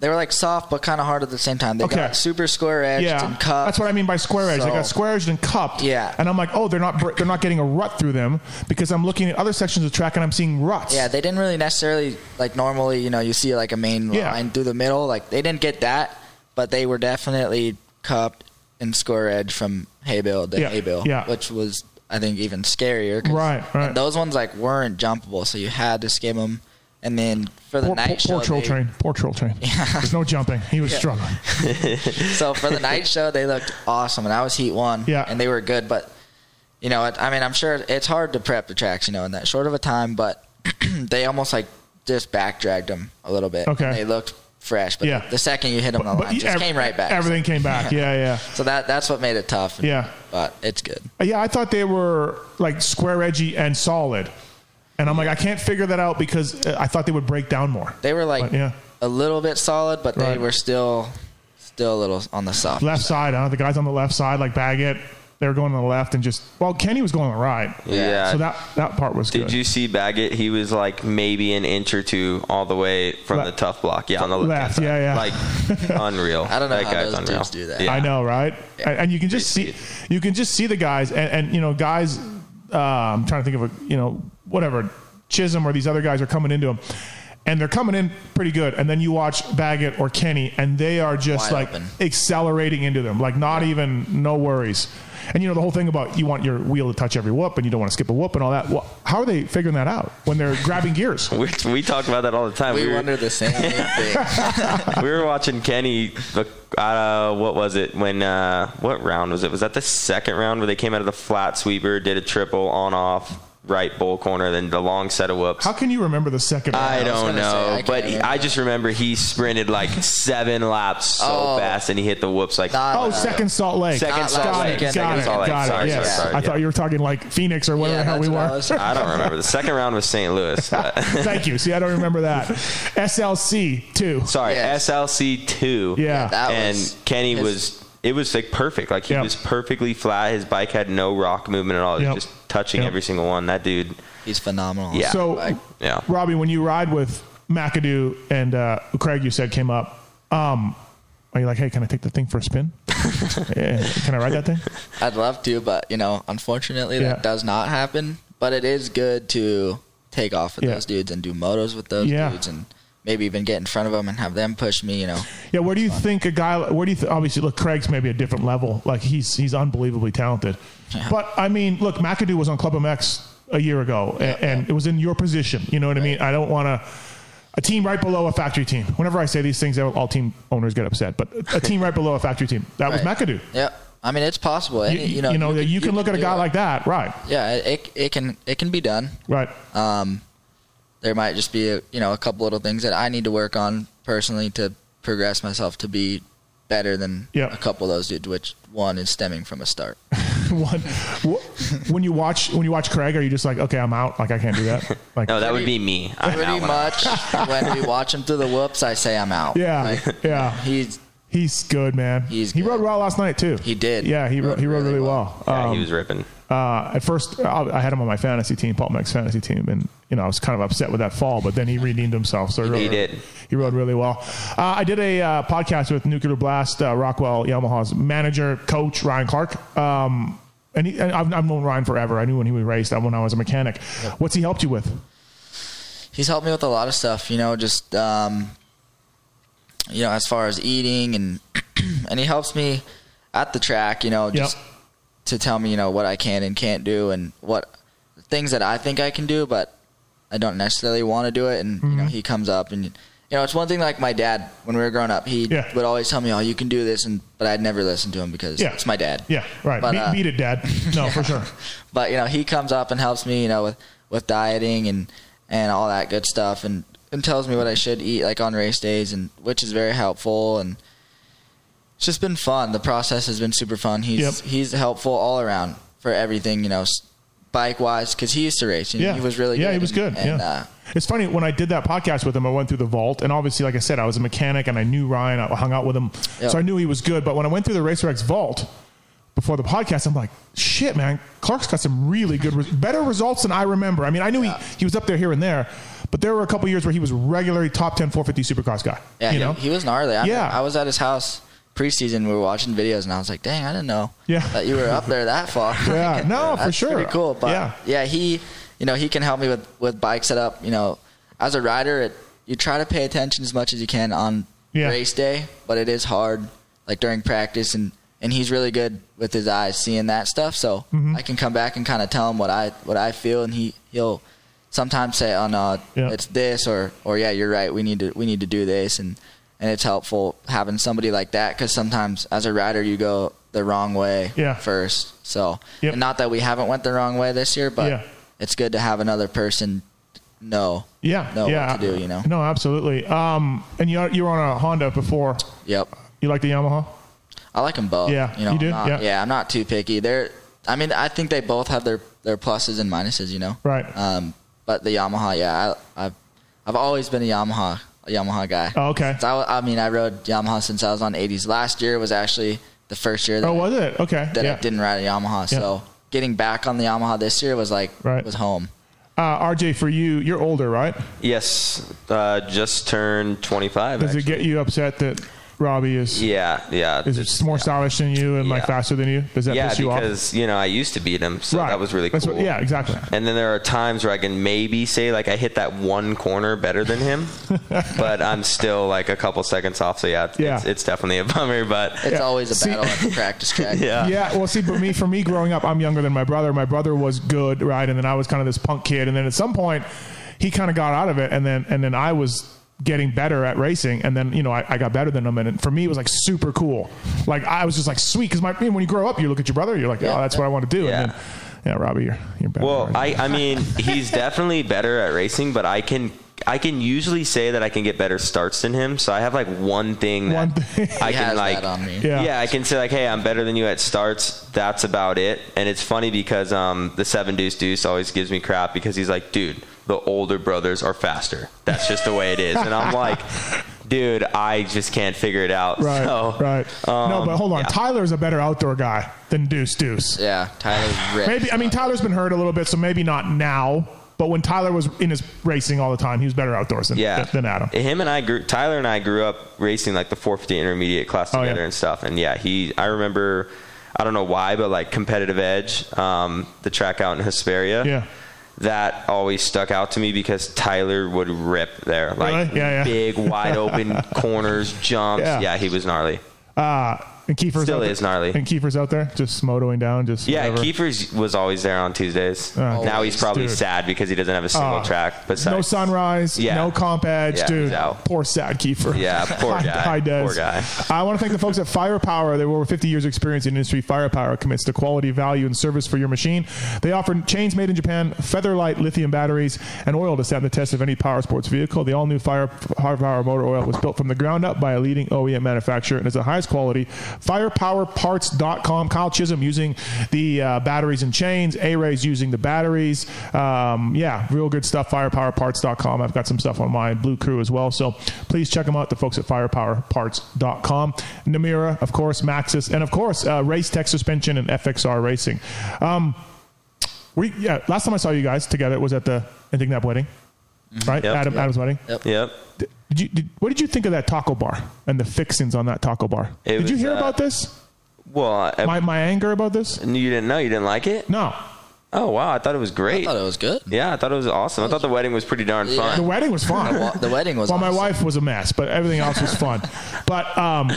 Speaker 2: They were like soft but kind of hard at the same time. They
Speaker 1: Okay.
Speaker 2: got super square edged
Speaker 1: Yeah,
Speaker 2: and cut.
Speaker 1: that's what I mean by square edge. They got
Speaker 2: So-
Speaker 1: square edged and cupped.
Speaker 2: Yeah.
Speaker 1: and I'm like, oh, they're not br- they're not getting a rut through them because I'm looking at other sections of the track and I'm seeing ruts.
Speaker 2: Yeah, they didn't really necessarily like normally. You know, you see like a main
Speaker 1: Yeah.
Speaker 2: line through the middle. Like they didn't get that, but they were definitely cupped and square edge from hay bale to
Speaker 1: Yeah,
Speaker 2: hay bale,
Speaker 1: yeah.
Speaker 2: which was I think even scarier. 'cause-
Speaker 1: Right, right.
Speaker 2: And those ones like weren't jumpable, so you had to skim them. And then for the
Speaker 1: poor, poor,
Speaker 2: night
Speaker 1: poor
Speaker 2: show,
Speaker 1: troll
Speaker 2: they-
Speaker 1: train. Poor troll train. There's no jumping. He was struggling.
Speaker 2: so for the night show, they looked awesome, and I was heat one.
Speaker 1: Yeah.
Speaker 2: and they were good, but you know, it, I mean, I'm sure it's hard to prep the tracks, you know, in that short of a time, but they almost like just back dragged them a little bit.
Speaker 1: Okay.
Speaker 2: and they looked fresh, but
Speaker 1: Yeah.
Speaker 2: the second you hit them on the line, just
Speaker 1: ev-
Speaker 2: came right back.
Speaker 1: Everything came back. Yeah, yeah.
Speaker 2: So that that's what made it tough.
Speaker 1: Yeah.
Speaker 2: but it's good.
Speaker 1: Yeah, I thought they were like square edgy and solid. And I'm like, I can't figure that out because uh, I thought they would break down more.
Speaker 2: They were like
Speaker 1: But, yeah.
Speaker 2: a little bit solid, but they
Speaker 1: Right.
Speaker 2: were still still a little on the soft.
Speaker 1: Left side, huh? The guys on the left side, like Baggett, they were going to the left and just, well, Kenny was going to the right.
Speaker 3: Yeah.
Speaker 1: So that, that part was
Speaker 3: Did
Speaker 1: good.
Speaker 3: you see Baggett? He was like maybe an inch or two all the way from
Speaker 1: Le-
Speaker 3: the tough block. Yeah, on the
Speaker 1: Left,
Speaker 3: left. side.
Speaker 1: yeah, yeah.
Speaker 3: Like unreal.
Speaker 2: I don't know
Speaker 3: that
Speaker 2: how
Speaker 3: guy's
Speaker 2: those
Speaker 3: unreal.
Speaker 2: dudes do that.
Speaker 3: Yeah.
Speaker 1: I know, right? And, and you can just
Speaker 3: They
Speaker 1: see,
Speaker 3: see
Speaker 1: you can just see the guys, and, and you know, guys. Uh, I'm trying to think of a, you know, whatever Chisholm or these other guys are coming into them, and they're coming in pretty good. And then you watch Baggett or Kenny, and they are just
Speaker 2: Wide
Speaker 1: like
Speaker 2: open.
Speaker 1: accelerating into them, like not even no worries. And you know the whole thing about you want your wheel to touch every whoop, and you don't want to skip a whoop, and all that. Well, how are they figuring that out when they're grabbing gears?
Speaker 3: We, we talk about that all the time.
Speaker 2: We
Speaker 3: We,
Speaker 2: wonder the same thing.
Speaker 1: Oh,
Speaker 3: were, we were watching Kenny. look, Uh, what was it? When uh, what round was it? Was that the second round where they came out of the flat sweeper, did a triple on off, right bull corner, then the long set of whoops.
Speaker 1: How can you remember the second?
Speaker 3: I
Speaker 1: round?
Speaker 2: was
Speaker 3: don't
Speaker 2: gonna say, I
Speaker 3: know,
Speaker 2: can't
Speaker 3: but
Speaker 2: remember.
Speaker 3: I just remember he sprinted like seven laps so
Speaker 2: Oh.
Speaker 3: fast, and he hit the whoops like
Speaker 2: Not-
Speaker 1: Oh,
Speaker 2: Uh,
Speaker 1: second Salt Lake.
Speaker 3: Second
Speaker 1: got
Speaker 2: Salt Lake.
Speaker 1: It,
Speaker 2: Second
Speaker 1: got it.
Speaker 3: Salt Lake.
Speaker 1: Got it.
Speaker 3: Sorry,
Speaker 1: yes.
Speaker 2: sorry,
Speaker 3: sorry,
Speaker 1: I
Speaker 3: yeah.
Speaker 1: thought you were talking like Phoenix or whatever the
Speaker 2: Yeah,
Speaker 1: hell
Speaker 2: that's
Speaker 1: we
Speaker 2: what I
Speaker 1: were.
Speaker 2: was-
Speaker 3: I don't remember. The second round was St. Louis. But
Speaker 1: Thank you. See, I don't remember that. SLC two.
Speaker 3: sorry,
Speaker 2: Yes.
Speaker 3: SLC two.
Speaker 1: Yeah.
Speaker 2: That
Speaker 3: and
Speaker 2: was
Speaker 3: Kenny
Speaker 2: his-
Speaker 3: was it was like perfect. Like he
Speaker 1: Yeah.
Speaker 3: was perfectly flat. His bike had no rock movement at all. It
Speaker 1: Yep.
Speaker 3: was just touching
Speaker 1: Yep.
Speaker 3: every single one. That dude.
Speaker 2: He's phenomenal.
Speaker 3: Yeah.
Speaker 1: So,
Speaker 2: Like,
Speaker 3: Yeah.
Speaker 1: Robbie, when you ride with McAdoo and uh, Craig, you said came up. Um, are you like, hey, can I take the thing for a spin? yeah, can I ride that thing?
Speaker 2: I'd love to, but you know, unfortunately,
Speaker 1: Yeah.
Speaker 2: that does not happen. But it is good to take off with
Speaker 1: Yeah.
Speaker 2: those dudes and do motos with those
Speaker 1: Yeah.
Speaker 2: dudes, and maybe even get in front of them and have them push me. You know,
Speaker 1: Yeah, where do you think a guy? Where do you th- obviously look? Craig's maybe a different level. Like he's he's unbelievably talented. But I mean, look, McAdoo was on Club MX a year ago, a- and, it was in your position. You know what I mean? I don't want to a team right below a factory team. Whenever I say these things, all team owners get upset. But a team right below a factory team that was
Speaker 2: Right.
Speaker 1: McAdoo.
Speaker 2: yeah. I mean, it's possible.
Speaker 1: You,
Speaker 2: Any-
Speaker 1: you know, you,
Speaker 2: could-
Speaker 1: you can look at a
Speaker 2: do
Speaker 1: guy
Speaker 2: it.
Speaker 1: like that, right?
Speaker 2: Yeah, it, it it can it can be done.
Speaker 1: Right.
Speaker 2: Um, there might just be a, you know a couple little things that I need to work on personally to progress myself to be better than
Speaker 1: Yeah.
Speaker 2: a couple of those dudes. Which one is stemming from a start?
Speaker 1: One, wh- when you watch when you watch Craig, are you just like, okay, I'm out. Like I can't do that. Like,
Speaker 3: No, that would be me. I'm
Speaker 2: Pretty
Speaker 3: out when
Speaker 2: much when we watch him through the whoops, I say I'm out.
Speaker 1: yeah,
Speaker 2: Like,
Speaker 1: yeah.
Speaker 2: he's
Speaker 1: He's good, man.
Speaker 2: He's
Speaker 1: he
Speaker 2: good.
Speaker 1: rode well last night too.
Speaker 2: He did.
Speaker 1: Yeah, he rode, he rode really, well.
Speaker 3: Yeah,
Speaker 1: Um,
Speaker 3: he was ripping.
Speaker 1: uh, at first, I I had him on my fantasy team, Paul Max fantasy team, and you know I was kind of upset with that fall, but then he redeemed himself. So he, rode,
Speaker 3: did.
Speaker 1: He rode really well. Uh, I did a uh, podcast with Nuclear Blast uh, Rockwell Yamaha's manager, coach Ryan Clark. Um, and, he, and I've, I've known Ryan forever. I knew when he was raced. I when I was a mechanic. What's he helped you with?
Speaker 2: he's helped me with a lot of stuff. You know, just um, you know, as far as eating and and he helps me at the track. You know, just
Speaker 1: Yep.
Speaker 2: to tell me you know what I can and can't do and what things that I think I can do, but I don't necessarily want to do it. And you know,
Speaker 1: Mm-hmm.
Speaker 2: he comes up and you know, it's one thing like my dad when we were growing up. He
Speaker 1: Yeah.
Speaker 2: would always tell me, "Oh, you can do this," and but I'd never listen to him because
Speaker 1: Yeah.
Speaker 2: it's my dad.
Speaker 1: Yeah, right.
Speaker 2: But,
Speaker 1: beat,
Speaker 2: uh,
Speaker 1: beat it, Dad. No, for sure.
Speaker 2: but you know he comes up and helps me you know with with dieting and and all that good stuff and and tells me what I should eat like on race days and which is very helpful and it's just been fun the process has been super fun he's
Speaker 1: Yep.
Speaker 2: he's helpful all around for everything you know bike wise because he used to race and
Speaker 1: Yeah,
Speaker 2: he was really
Speaker 1: yeah,
Speaker 2: good
Speaker 1: he was
Speaker 2: and-
Speaker 1: good.
Speaker 2: and,
Speaker 1: yeah.
Speaker 2: uh,
Speaker 1: it's funny when I did that podcast with him. I went through the vault, and obviously, like I said, I was a mechanic and I knew Ryan. I hung out with him,
Speaker 2: Yeah.
Speaker 1: so I knew he was good. But when I went through the Racer X vault before the podcast, I'm like, shit, man, Clark's got some really good, res- better results than I remember. I mean, I knew he he was up there here and there, but there were a couple years where he was regularly top 10 450 Supercross guy.
Speaker 2: yeah
Speaker 1: you
Speaker 2: he,
Speaker 1: know,
Speaker 2: he was gnarly I,
Speaker 1: Yeah.
Speaker 2: I was at his house preseason we were watching videos and I was like dang I didn't know
Speaker 1: Yeah.
Speaker 2: that you were up there that far
Speaker 1: Yeah, no, for
Speaker 2: That's
Speaker 1: sure.
Speaker 2: Pretty cool. But
Speaker 1: Yeah.
Speaker 2: yeah. he, you know, he can help me with with bike setup. You know, as a rider, it, you try to pay attention as much as you can on
Speaker 1: Yeah.
Speaker 2: race day, but it is hard, like during practice, and and he's really good with his eyes seeing that stuff. So
Speaker 1: Mm-hmm.
Speaker 2: I can come back and kind of tell him what I what I feel, and he he'll sometimes say, "Oh no,
Speaker 1: Yeah.
Speaker 2: it's this," or or yeah, you're right. We need to we need to do this, and and it's helpful having somebody like that because sometimes as a rider you go the wrong way
Speaker 1: Yeah.
Speaker 2: first. So
Speaker 1: Yep.
Speaker 2: and not that we haven't went the wrong way this year, but
Speaker 1: Yeah.
Speaker 2: it's good to have another person know.
Speaker 1: yeah,
Speaker 2: know
Speaker 1: yeah,
Speaker 2: what to do. You know.
Speaker 1: no, absolutely. Um, and you you were on a Honda before.
Speaker 2: Yep.
Speaker 1: You like the Yamaha?
Speaker 2: I like them both.
Speaker 1: Yeah,
Speaker 2: You know.
Speaker 1: you do?
Speaker 2: I'm not-
Speaker 1: Yeah.
Speaker 2: I'm not too picky. They're. I mean, I think they both have their their pluses and minuses. You know.
Speaker 1: Right.
Speaker 2: Um, but the Yamaha, yeah, I, I've I've always been a Yamaha a Yamaha guy.
Speaker 1: Oh, okay.
Speaker 2: Since I, wa- I mean, I rode Yamaha since I was on 80s. Last year was actually the first year that
Speaker 1: Oh, was it? Okay.
Speaker 2: that
Speaker 1: yeah.
Speaker 2: I didn't ride a Yamaha.
Speaker 1: Yeah.
Speaker 2: So getting back on the Yamaha this year was like
Speaker 1: Right.
Speaker 2: was home.
Speaker 1: Uh, RJ, for you, you're older, right?
Speaker 3: Yes, uh, just turned 25.
Speaker 1: Does
Speaker 3: actually.
Speaker 1: it get you upset that Robbie is
Speaker 3: yeah, yeah.
Speaker 1: is
Speaker 3: just-
Speaker 1: more stylish than you and like
Speaker 3: Yeah.
Speaker 1: faster than you? Does that
Speaker 3: yeah,
Speaker 1: piss you off?
Speaker 3: because you know I used to beat him, so that was really cool.
Speaker 1: That's what- yeah, exactly.
Speaker 3: And then there are times where I can maybe say like I hit that one corner better than him, but I'm still like a couple seconds off. So yeah, it's,
Speaker 1: Yeah.
Speaker 3: It's, it's definitely a bummer, but
Speaker 2: It's
Speaker 1: Yeah.
Speaker 2: always a
Speaker 1: See-
Speaker 2: battle at the practice track.
Speaker 3: yeah,
Speaker 1: Yeah, well, see, but me, for me, growing up, I'm younger than my brother. My brother was good, right, and then I was kind of this punk kid, and then at some point, he kind of got out of it, and then and then I was getting better at racing, and then you know I, I got better than him, and it- for me, it was like super cool. Like I was just like sweet because my when you grow up, you look at your brother, you're like,
Speaker 2: Yeah.
Speaker 1: oh, that's what I want to do,
Speaker 3: Yeah.
Speaker 1: and then Yeah, Robbie, you're you're better.
Speaker 3: Well,
Speaker 1: Right.
Speaker 3: I, I mean, he's definitely better at racing, but I can I can usually say that I can get better starts than him. So I have like one thing that
Speaker 1: One thing.
Speaker 3: I
Speaker 2: He
Speaker 3: can
Speaker 2: has
Speaker 3: like
Speaker 2: that on me.
Speaker 1: Yeah.
Speaker 3: Yeah. I can say like, hey, I'm better than you at starts. That's about it. And it's funny because um the seven deuce deuce always gives me crap because he's like, dude, the older brothers are faster. That's just the way it is. And I'm like, dude, I just can't figure it out.
Speaker 1: right,
Speaker 3: So,
Speaker 1: right. no,
Speaker 3: um,
Speaker 1: but hold on.
Speaker 3: yeah.
Speaker 1: Tyler's a better outdoor guy than Deuce Deuce.
Speaker 2: Yeah, Tyler's ripped.
Speaker 1: Maybe I mean Tyler's been hurt a little bit, so maybe not now. But when Tyler was in his racing all the time, he was better outdoors than,
Speaker 3: yeah.
Speaker 1: than Adam.
Speaker 3: Him and I grew Tyler and I grew up racing like the 450 intermediate class
Speaker 1: Oh, yeah.
Speaker 3: together and stuff. And yeah, he I remember I don't know why, but like competitive edge, um, the track out in Hesperia.
Speaker 1: Yeah.
Speaker 3: That always stuck out to me because Tyler would rip there, like
Speaker 1: Really? Yeah, yeah.
Speaker 3: big, wide open corners, jumps.
Speaker 1: Yeah.
Speaker 3: Yeah. he was gnarly.
Speaker 1: Uh, and Kiefer's
Speaker 3: Still
Speaker 1: out there-
Speaker 3: is gnarly.
Speaker 1: And Kiefer's out there just smotoing down. Just
Speaker 3: Yeah,
Speaker 1: whatever.
Speaker 3: Kiefer's was always there on Tuesdays. now he's probably
Speaker 1: Oh, Dude.
Speaker 3: sad because he doesn't have a single
Speaker 1: Ah.
Speaker 3: track. Besides,
Speaker 1: No sunrise.
Speaker 3: Yeah.
Speaker 1: No comp edge,
Speaker 3: Yeah,
Speaker 1: dude.
Speaker 3: he's out.
Speaker 1: Poor sad Kiefer.
Speaker 3: Yeah, poor
Speaker 1: Hi-
Speaker 3: guy.
Speaker 1: hi, Des.
Speaker 3: Poor guy.
Speaker 1: I want to thank the folks at Firepower. They have over 50 years' experience in industry. Firepower commits to quality, value, and service for your machine. They offer chains made in Japan, Featherlight lithium batteries, and oil to stand the test of any power sports vehicle. The all-new Fire- Firepower motor oil was built from the ground up by a leading OEM manufacturer and is the highest quality. Firepowerparts.com. Kyle Chisholm using the uh, batteries and chains. A-Rays using the batteries. Um, yeah, real good stuff. Firepowerparts.com. I've got some stuff on my Blue Crew as well. So please check them out. The folks at firepowerparts.com. Namira, of course, Maxis, and of course, uh, Race Tech Suspension and FXR Racing. Um, we, yeah, last time I saw you guys together was at the Indignap wedding, right?
Speaker 3: Mm-hmm. Yep.
Speaker 1: Adam, Adam's wedding.
Speaker 2: Yep.
Speaker 3: Yep.
Speaker 1: Did you, did, what did you think of that taco bar and the fixings on that taco bar?
Speaker 3: It
Speaker 1: did you
Speaker 3: was,
Speaker 1: hear
Speaker 3: uh,
Speaker 1: about this?
Speaker 3: Well, I-
Speaker 1: My, my anger about this?
Speaker 3: you didn't know you didn't like it.
Speaker 1: No.
Speaker 3: Oh wow, I thought it was
Speaker 2: I
Speaker 3: great.
Speaker 2: thought it was good.
Speaker 3: yeah, I thought it was awesome. I thought the wedding was pretty darn
Speaker 2: Yeah.
Speaker 1: The
Speaker 3: fun.
Speaker 1: wedding was fun.
Speaker 2: The wa- the wedding was
Speaker 1: Well, my
Speaker 2: awesome.
Speaker 1: wife was a mess, but everything else was fun. but um,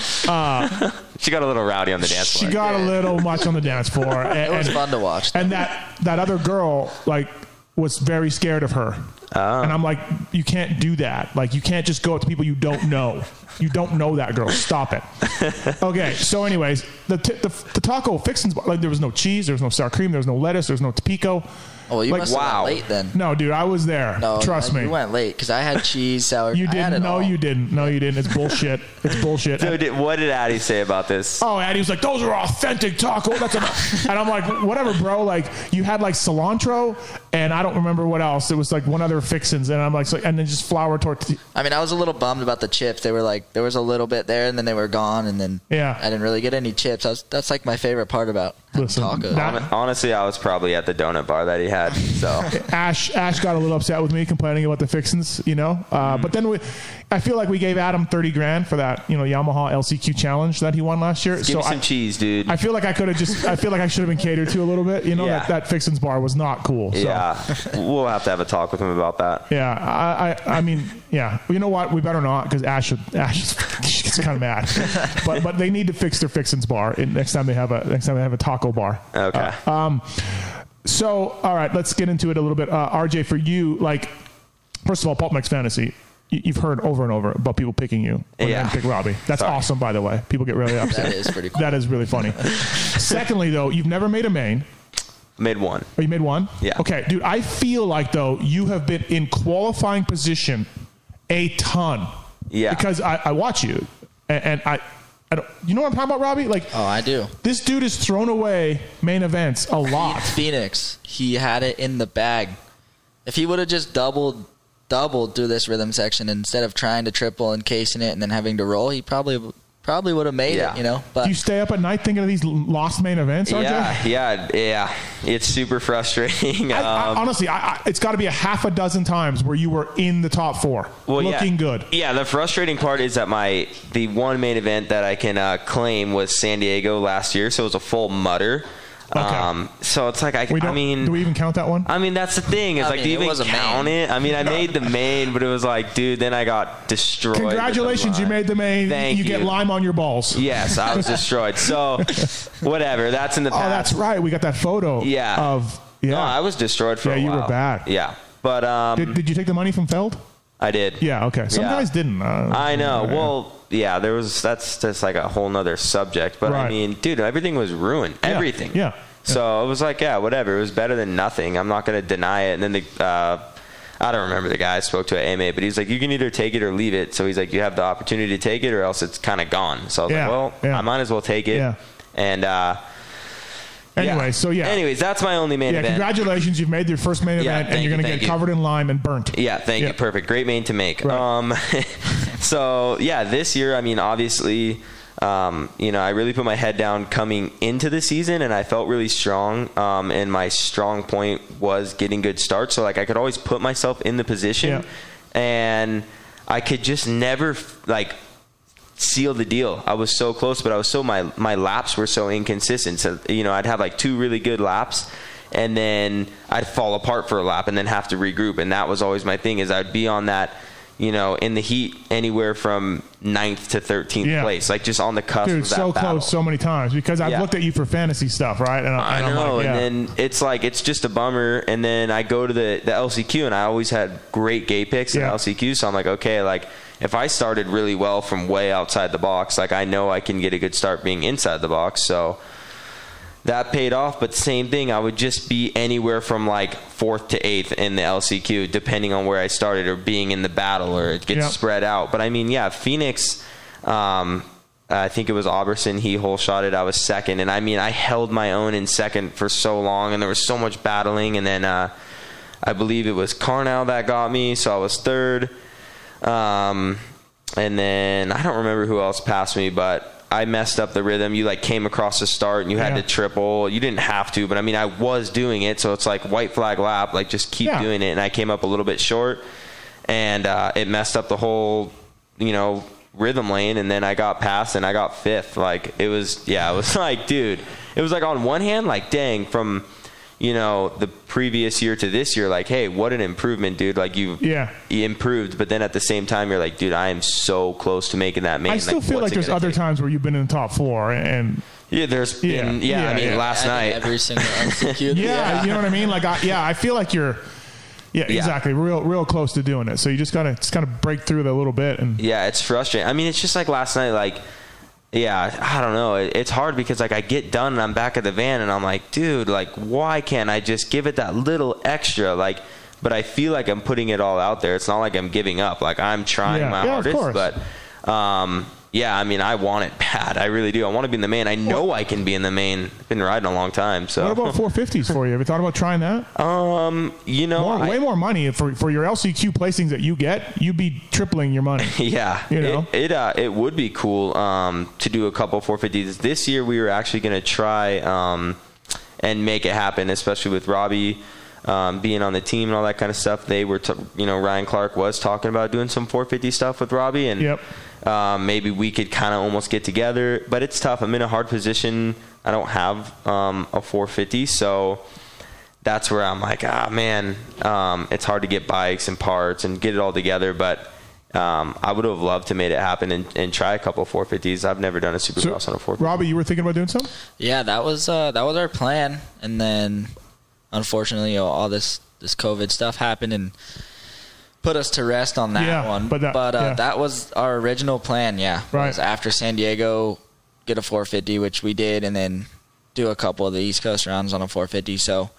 Speaker 3: She got a little rowdy on the dance
Speaker 1: she
Speaker 3: floor.
Speaker 1: got a little much on the dance floor. And,
Speaker 2: It was
Speaker 1: and-
Speaker 2: fun to watch.
Speaker 1: And that that other girl like was very scared of her.
Speaker 2: Oh.
Speaker 1: And I'm like, you can't do that. Like, you can't just go up to people you don't know. You don't know that girl. Stop it. Okay. So, anyways, the t- the, the taco fixins like there was no cheese, there was no sour cream, there was no lettuce, there was no pico.
Speaker 2: Oh, well, you
Speaker 1: Like,
Speaker 2: must have
Speaker 3: wow.
Speaker 2: went late then.
Speaker 1: No, dude, I was there.
Speaker 2: No,
Speaker 1: Trust
Speaker 2: no,
Speaker 1: me.
Speaker 2: You went late because I had cheese, sour.
Speaker 1: You
Speaker 2: I had
Speaker 1: didn't.
Speaker 2: it
Speaker 1: No,
Speaker 2: all.
Speaker 1: you didn't. No, you didn't. It's bullshit. It's bullshit.
Speaker 3: So did, what did Addie say about this?
Speaker 1: Oh, and he was like, "Those are authentic taco." That's a, and I'm like, "Whatever, bro." Like, you had like cilantro, and I don't remember what else. It was like one other fixins, and I'm like, so, and then just flour tortilla.
Speaker 2: I mean, I was a little bummed about the chips. They were like there was a little bit there, and then they were gone, and then
Speaker 1: Yeah.
Speaker 2: I didn't really get any chips. I was, that's like my favorite part about having
Speaker 1: Listen,
Speaker 2: tacos.
Speaker 1: that-
Speaker 3: Hon- Honestly, I was probably at the donut bar that he had. So
Speaker 1: Ash Ash got a little upset with me complaining about the fixins, you know. Uh,
Speaker 3: Mm-hmm.
Speaker 1: But then we, I feel like we gave Adam thirty grand for that, you know, Yamaha LCQ challenge that he won last year.
Speaker 3: give
Speaker 1: so
Speaker 3: me some
Speaker 1: I,
Speaker 3: cheese, dude.
Speaker 1: I feel like I could have just. I feel like I should have been catered to a little bit. You know
Speaker 3: Yeah.
Speaker 1: that that fixins bar was not cool. So.
Speaker 3: yeah, we'll have to have a talk with him about that.
Speaker 1: Yeah, I, I, I mean, yeah. You know what? We better not because Ash, Ash is she gets kind of mad. But, but they need to fix their fixins bar in, next time they have a next time they have a taco bar.
Speaker 3: Okay.
Speaker 1: Um, so all right, let's get into it a little bit. Uh, RJ, for you, like, first of all, Pulp Mix Fantasy. you- You've heard over and over about people picking you when
Speaker 3: Yeah.
Speaker 1: they pick Robbie. That's
Speaker 3: Sorry.
Speaker 1: awesome, by the way. People get really upset.
Speaker 2: That is pretty cool.
Speaker 1: That is really funny. Secondly, though, you've never made a main.
Speaker 3: Made one.
Speaker 1: Oh, you made one?
Speaker 3: Yeah.
Speaker 1: Okay, dude, I feel like, though, you have been in qualifying position a ton.
Speaker 3: Yeah.
Speaker 1: Because I, I watch you, and, and I, I don't, you know what I'm talking about, Robbie? Like,
Speaker 2: oh, I do.
Speaker 1: this dude is thrown away main events a lot.
Speaker 2: Phoenix, he had it in the bag. If he would have just doubled, doubled through this rhythm section instead of trying to triple and casing it and then having to roll, he probably probably would have made
Speaker 3: Yeah.
Speaker 2: it. You know,
Speaker 1: Do
Speaker 2: but
Speaker 1: you stay up at night thinking of these l- lost main events, RJ?
Speaker 3: Yeah, yeah, yeah. It's super frustrating.
Speaker 1: I, I,
Speaker 3: Um,
Speaker 1: honestly, I, I, it's got to be a half a dozen times where you were in the top four, looking
Speaker 3: yeah.
Speaker 1: good.
Speaker 3: Yeah, the frustrating part is that my the one main event that I can uh, claim was San Diego last year, so it was a full mutter.
Speaker 1: Okay.
Speaker 3: Um, so it's like I,
Speaker 1: We don't,
Speaker 3: I mean,
Speaker 1: do we even count that one?
Speaker 3: I mean, that's the thing. It's
Speaker 2: I
Speaker 3: like,
Speaker 2: mean,
Speaker 3: do
Speaker 2: it
Speaker 3: you even
Speaker 2: was a
Speaker 3: count
Speaker 2: main.
Speaker 3: it? I mean, I made the main, but it was like, dude, then I got destroyed. with the
Speaker 1: Congratulations, you
Speaker 3: lime.
Speaker 1: made the main.
Speaker 3: Thank
Speaker 1: you, get lime on your balls.
Speaker 3: Yes, I was destroyed. So, whatever. That's in the past.
Speaker 1: Oh, that's right. We got that photo.
Speaker 3: Yeah.
Speaker 1: Of yeah.
Speaker 3: No, I was destroyed for
Speaker 1: Yeah,
Speaker 3: a
Speaker 1: you were
Speaker 3: while.
Speaker 1: bad.
Speaker 3: Yeah, but um,
Speaker 1: Did, did you take the money from Feld?
Speaker 3: I did.
Speaker 1: Yeah. Okay. Some
Speaker 3: Yeah.
Speaker 1: guys didn't. Uh,
Speaker 3: I know.
Speaker 1: yeah.
Speaker 3: Well, yeah, there was that's just like a whole nother subject. But
Speaker 1: Right.
Speaker 3: I mean, dude, everything was ruined.
Speaker 1: Yeah,
Speaker 3: Everything.
Speaker 1: yeah.
Speaker 3: So it was like, yeah, whatever. It was better than nothing. I'm not going to deny it. And then the, uh, I don't remember the guy I spoke to at AMA, but he's like, you can either take it or leave it. So he's like, you have the opportunity to take it or else it's kind of gone. So I was
Speaker 1: Yeah,
Speaker 3: like, well,
Speaker 1: yeah.
Speaker 3: I might as well take it.
Speaker 1: Yeah.
Speaker 3: And, uh,
Speaker 1: Anyway, so yeah.
Speaker 3: Anyways, that's my only main
Speaker 1: yeah,
Speaker 3: event.
Speaker 1: congratulations. You've made your first main
Speaker 3: Yeah,
Speaker 1: event and
Speaker 3: thank
Speaker 1: you're
Speaker 3: you,
Speaker 1: going to
Speaker 3: thank
Speaker 1: get
Speaker 3: you.
Speaker 1: covered in lime and burnt.
Speaker 3: Yeah, thank
Speaker 1: Yeah.
Speaker 3: you. Perfect. Great main to make.
Speaker 1: Right.
Speaker 3: Um, so yeah, this year, I mean, obviously, um, you know, I really put my head down coming into the season, and I felt really strong. Um, and my strong point was getting good starts, so like I could always put myself in the position, and I could just never like seal the deal. I was so close, but I was so my my laps were so inconsistent. So you know, I'd have like two really good laps, and then I'd fall apart for a lap, and then have to regroup. And that was always my thing is I'd be on that, you know, in the heat anywhere from ninth to thirteenth
Speaker 1: Yeah.
Speaker 3: place, like just on the cusp.
Speaker 1: Dude,
Speaker 3: of that
Speaker 1: so
Speaker 3: battle.
Speaker 1: close so many times because I've
Speaker 3: Yeah.
Speaker 1: looked at you for fantasy stuff, right? And, I-
Speaker 3: I
Speaker 1: and I'm
Speaker 3: know,
Speaker 1: like, yeah.
Speaker 3: and then it's like it's just a bummer. And then I go to the the LCQ, and I always had great gay picks in
Speaker 1: Yeah.
Speaker 3: LCQ, so I'm like, okay, like if I started really well from way outside the box, like I know I can get a good start being inside the box. So that paid off. But same thing, I would just be anywhere from like fourth to eighth in the LCQ, depending on where I started or being in the battle or it gets
Speaker 1: Yeah.
Speaker 3: spread out. But I mean, yeah, Phoenix. Um, I think it was Auberson. He hole shot it. I was second, and I mean, I held my own in second for so long, and there was so much battling. And then uh, I believe it was Carnell that got me, so I was third. Um, and then I don't remember who else passed me, but I messed up the rhythm. You like came across the start and you had
Speaker 1: Yeah.
Speaker 3: to triple. You didn't have to, but I mean, I was doing it. So it's like white flag lap, like just keep
Speaker 1: Yeah.
Speaker 3: doing it. And I came up a little bit short and uh, it messed up the whole, you know, rhythm lane. And then I got passed and I got fifth. Like it was, yeah, it was like, dude, it was like on one hand, like, dang, from, you know, the previous year to this year, like, hey, what an improvement, dude. Like you
Speaker 1: Yeah.
Speaker 3: he improved, but then at the same time, you're like, dude, I am so close to making that main.
Speaker 1: I still feel
Speaker 3: what's
Speaker 1: like
Speaker 3: it
Speaker 1: there's
Speaker 3: gonna
Speaker 1: other
Speaker 3: take?
Speaker 1: times where you've been in the top four and
Speaker 3: Yeah, there's
Speaker 1: Yeah,
Speaker 3: been. Yeah,
Speaker 1: yeah,
Speaker 3: I mean,
Speaker 1: yeah.
Speaker 3: last
Speaker 2: I think
Speaker 3: night.
Speaker 2: every single LCQ.
Speaker 1: yeah, you know what I mean? Like, I, yeah, I feel like you're, yeah,
Speaker 3: Yeah.
Speaker 1: exactly, real, real close to doing it. So you just gotta, just kind of break through that a little bit, and
Speaker 3: yeah, it's frustrating. I mean, it's just like last night. Like, yeah, I don't know. It, it's hard because like I get done and I'm back at the van and I'm like, dude, like, why can't I just give it that little extra? Like, but I feel like I'm putting it all out there. It's not like I'm giving up. Like I'm trying
Speaker 1: Yeah.
Speaker 3: my
Speaker 1: Yeah, of
Speaker 3: hardest,
Speaker 1: course.
Speaker 3: but. um yeah, I mean, I want it bad. I really do. I want to be in the main. I know I can be in the main. I've been riding a long time, so.
Speaker 1: what about 450s for you? Have you thought about trying that?
Speaker 3: Um, you
Speaker 2: Oh,
Speaker 3: know,
Speaker 1: More,
Speaker 3: I-
Speaker 1: way more money for for your LCQ placings that you get. You'd be tripling your money.
Speaker 3: yeah,
Speaker 1: You know?
Speaker 3: it it, uh, it would be cool um, to do a couple 450s. This year, we were actually going to try um, and make it happen, especially with Robbie um, being on the team and all that kind of stuff. They were, t- you know, Ryan Clark was talking about doing some 450 stuff with Robbie, and
Speaker 1: Yep.
Speaker 3: um, maybe we could kind of almost get together. But it's tough. I'm in a hard position. I don't have um, a 450, so that's where I'm like, ah, man, um, it's hard to get bikes and parts and get it all together. But um, I would have loved to made it happen and, and try a couple 450s. I've never done a
Speaker 1: So,
Speaker 3: supercross on a 450.
Speaker 1: Robbie, you were thinking about doing some?
Speaker 2: Yeah, that was uh, that was our plan, and then unfortunately, you know, all this this COVID stuff happened and put us to rest on that
Speaker 1: Yeah,
Speaker 2: one.
Speaker 1: but that-
Speaker 2: uh,
Speaker 1: yeah.
Speaker 2: that was our original plan. Yeah,
Speaker 1: Right.
Speaker 2: was after San Diego, get a 450, which we did, and then do a couple of the East Coast rounds on a 450. So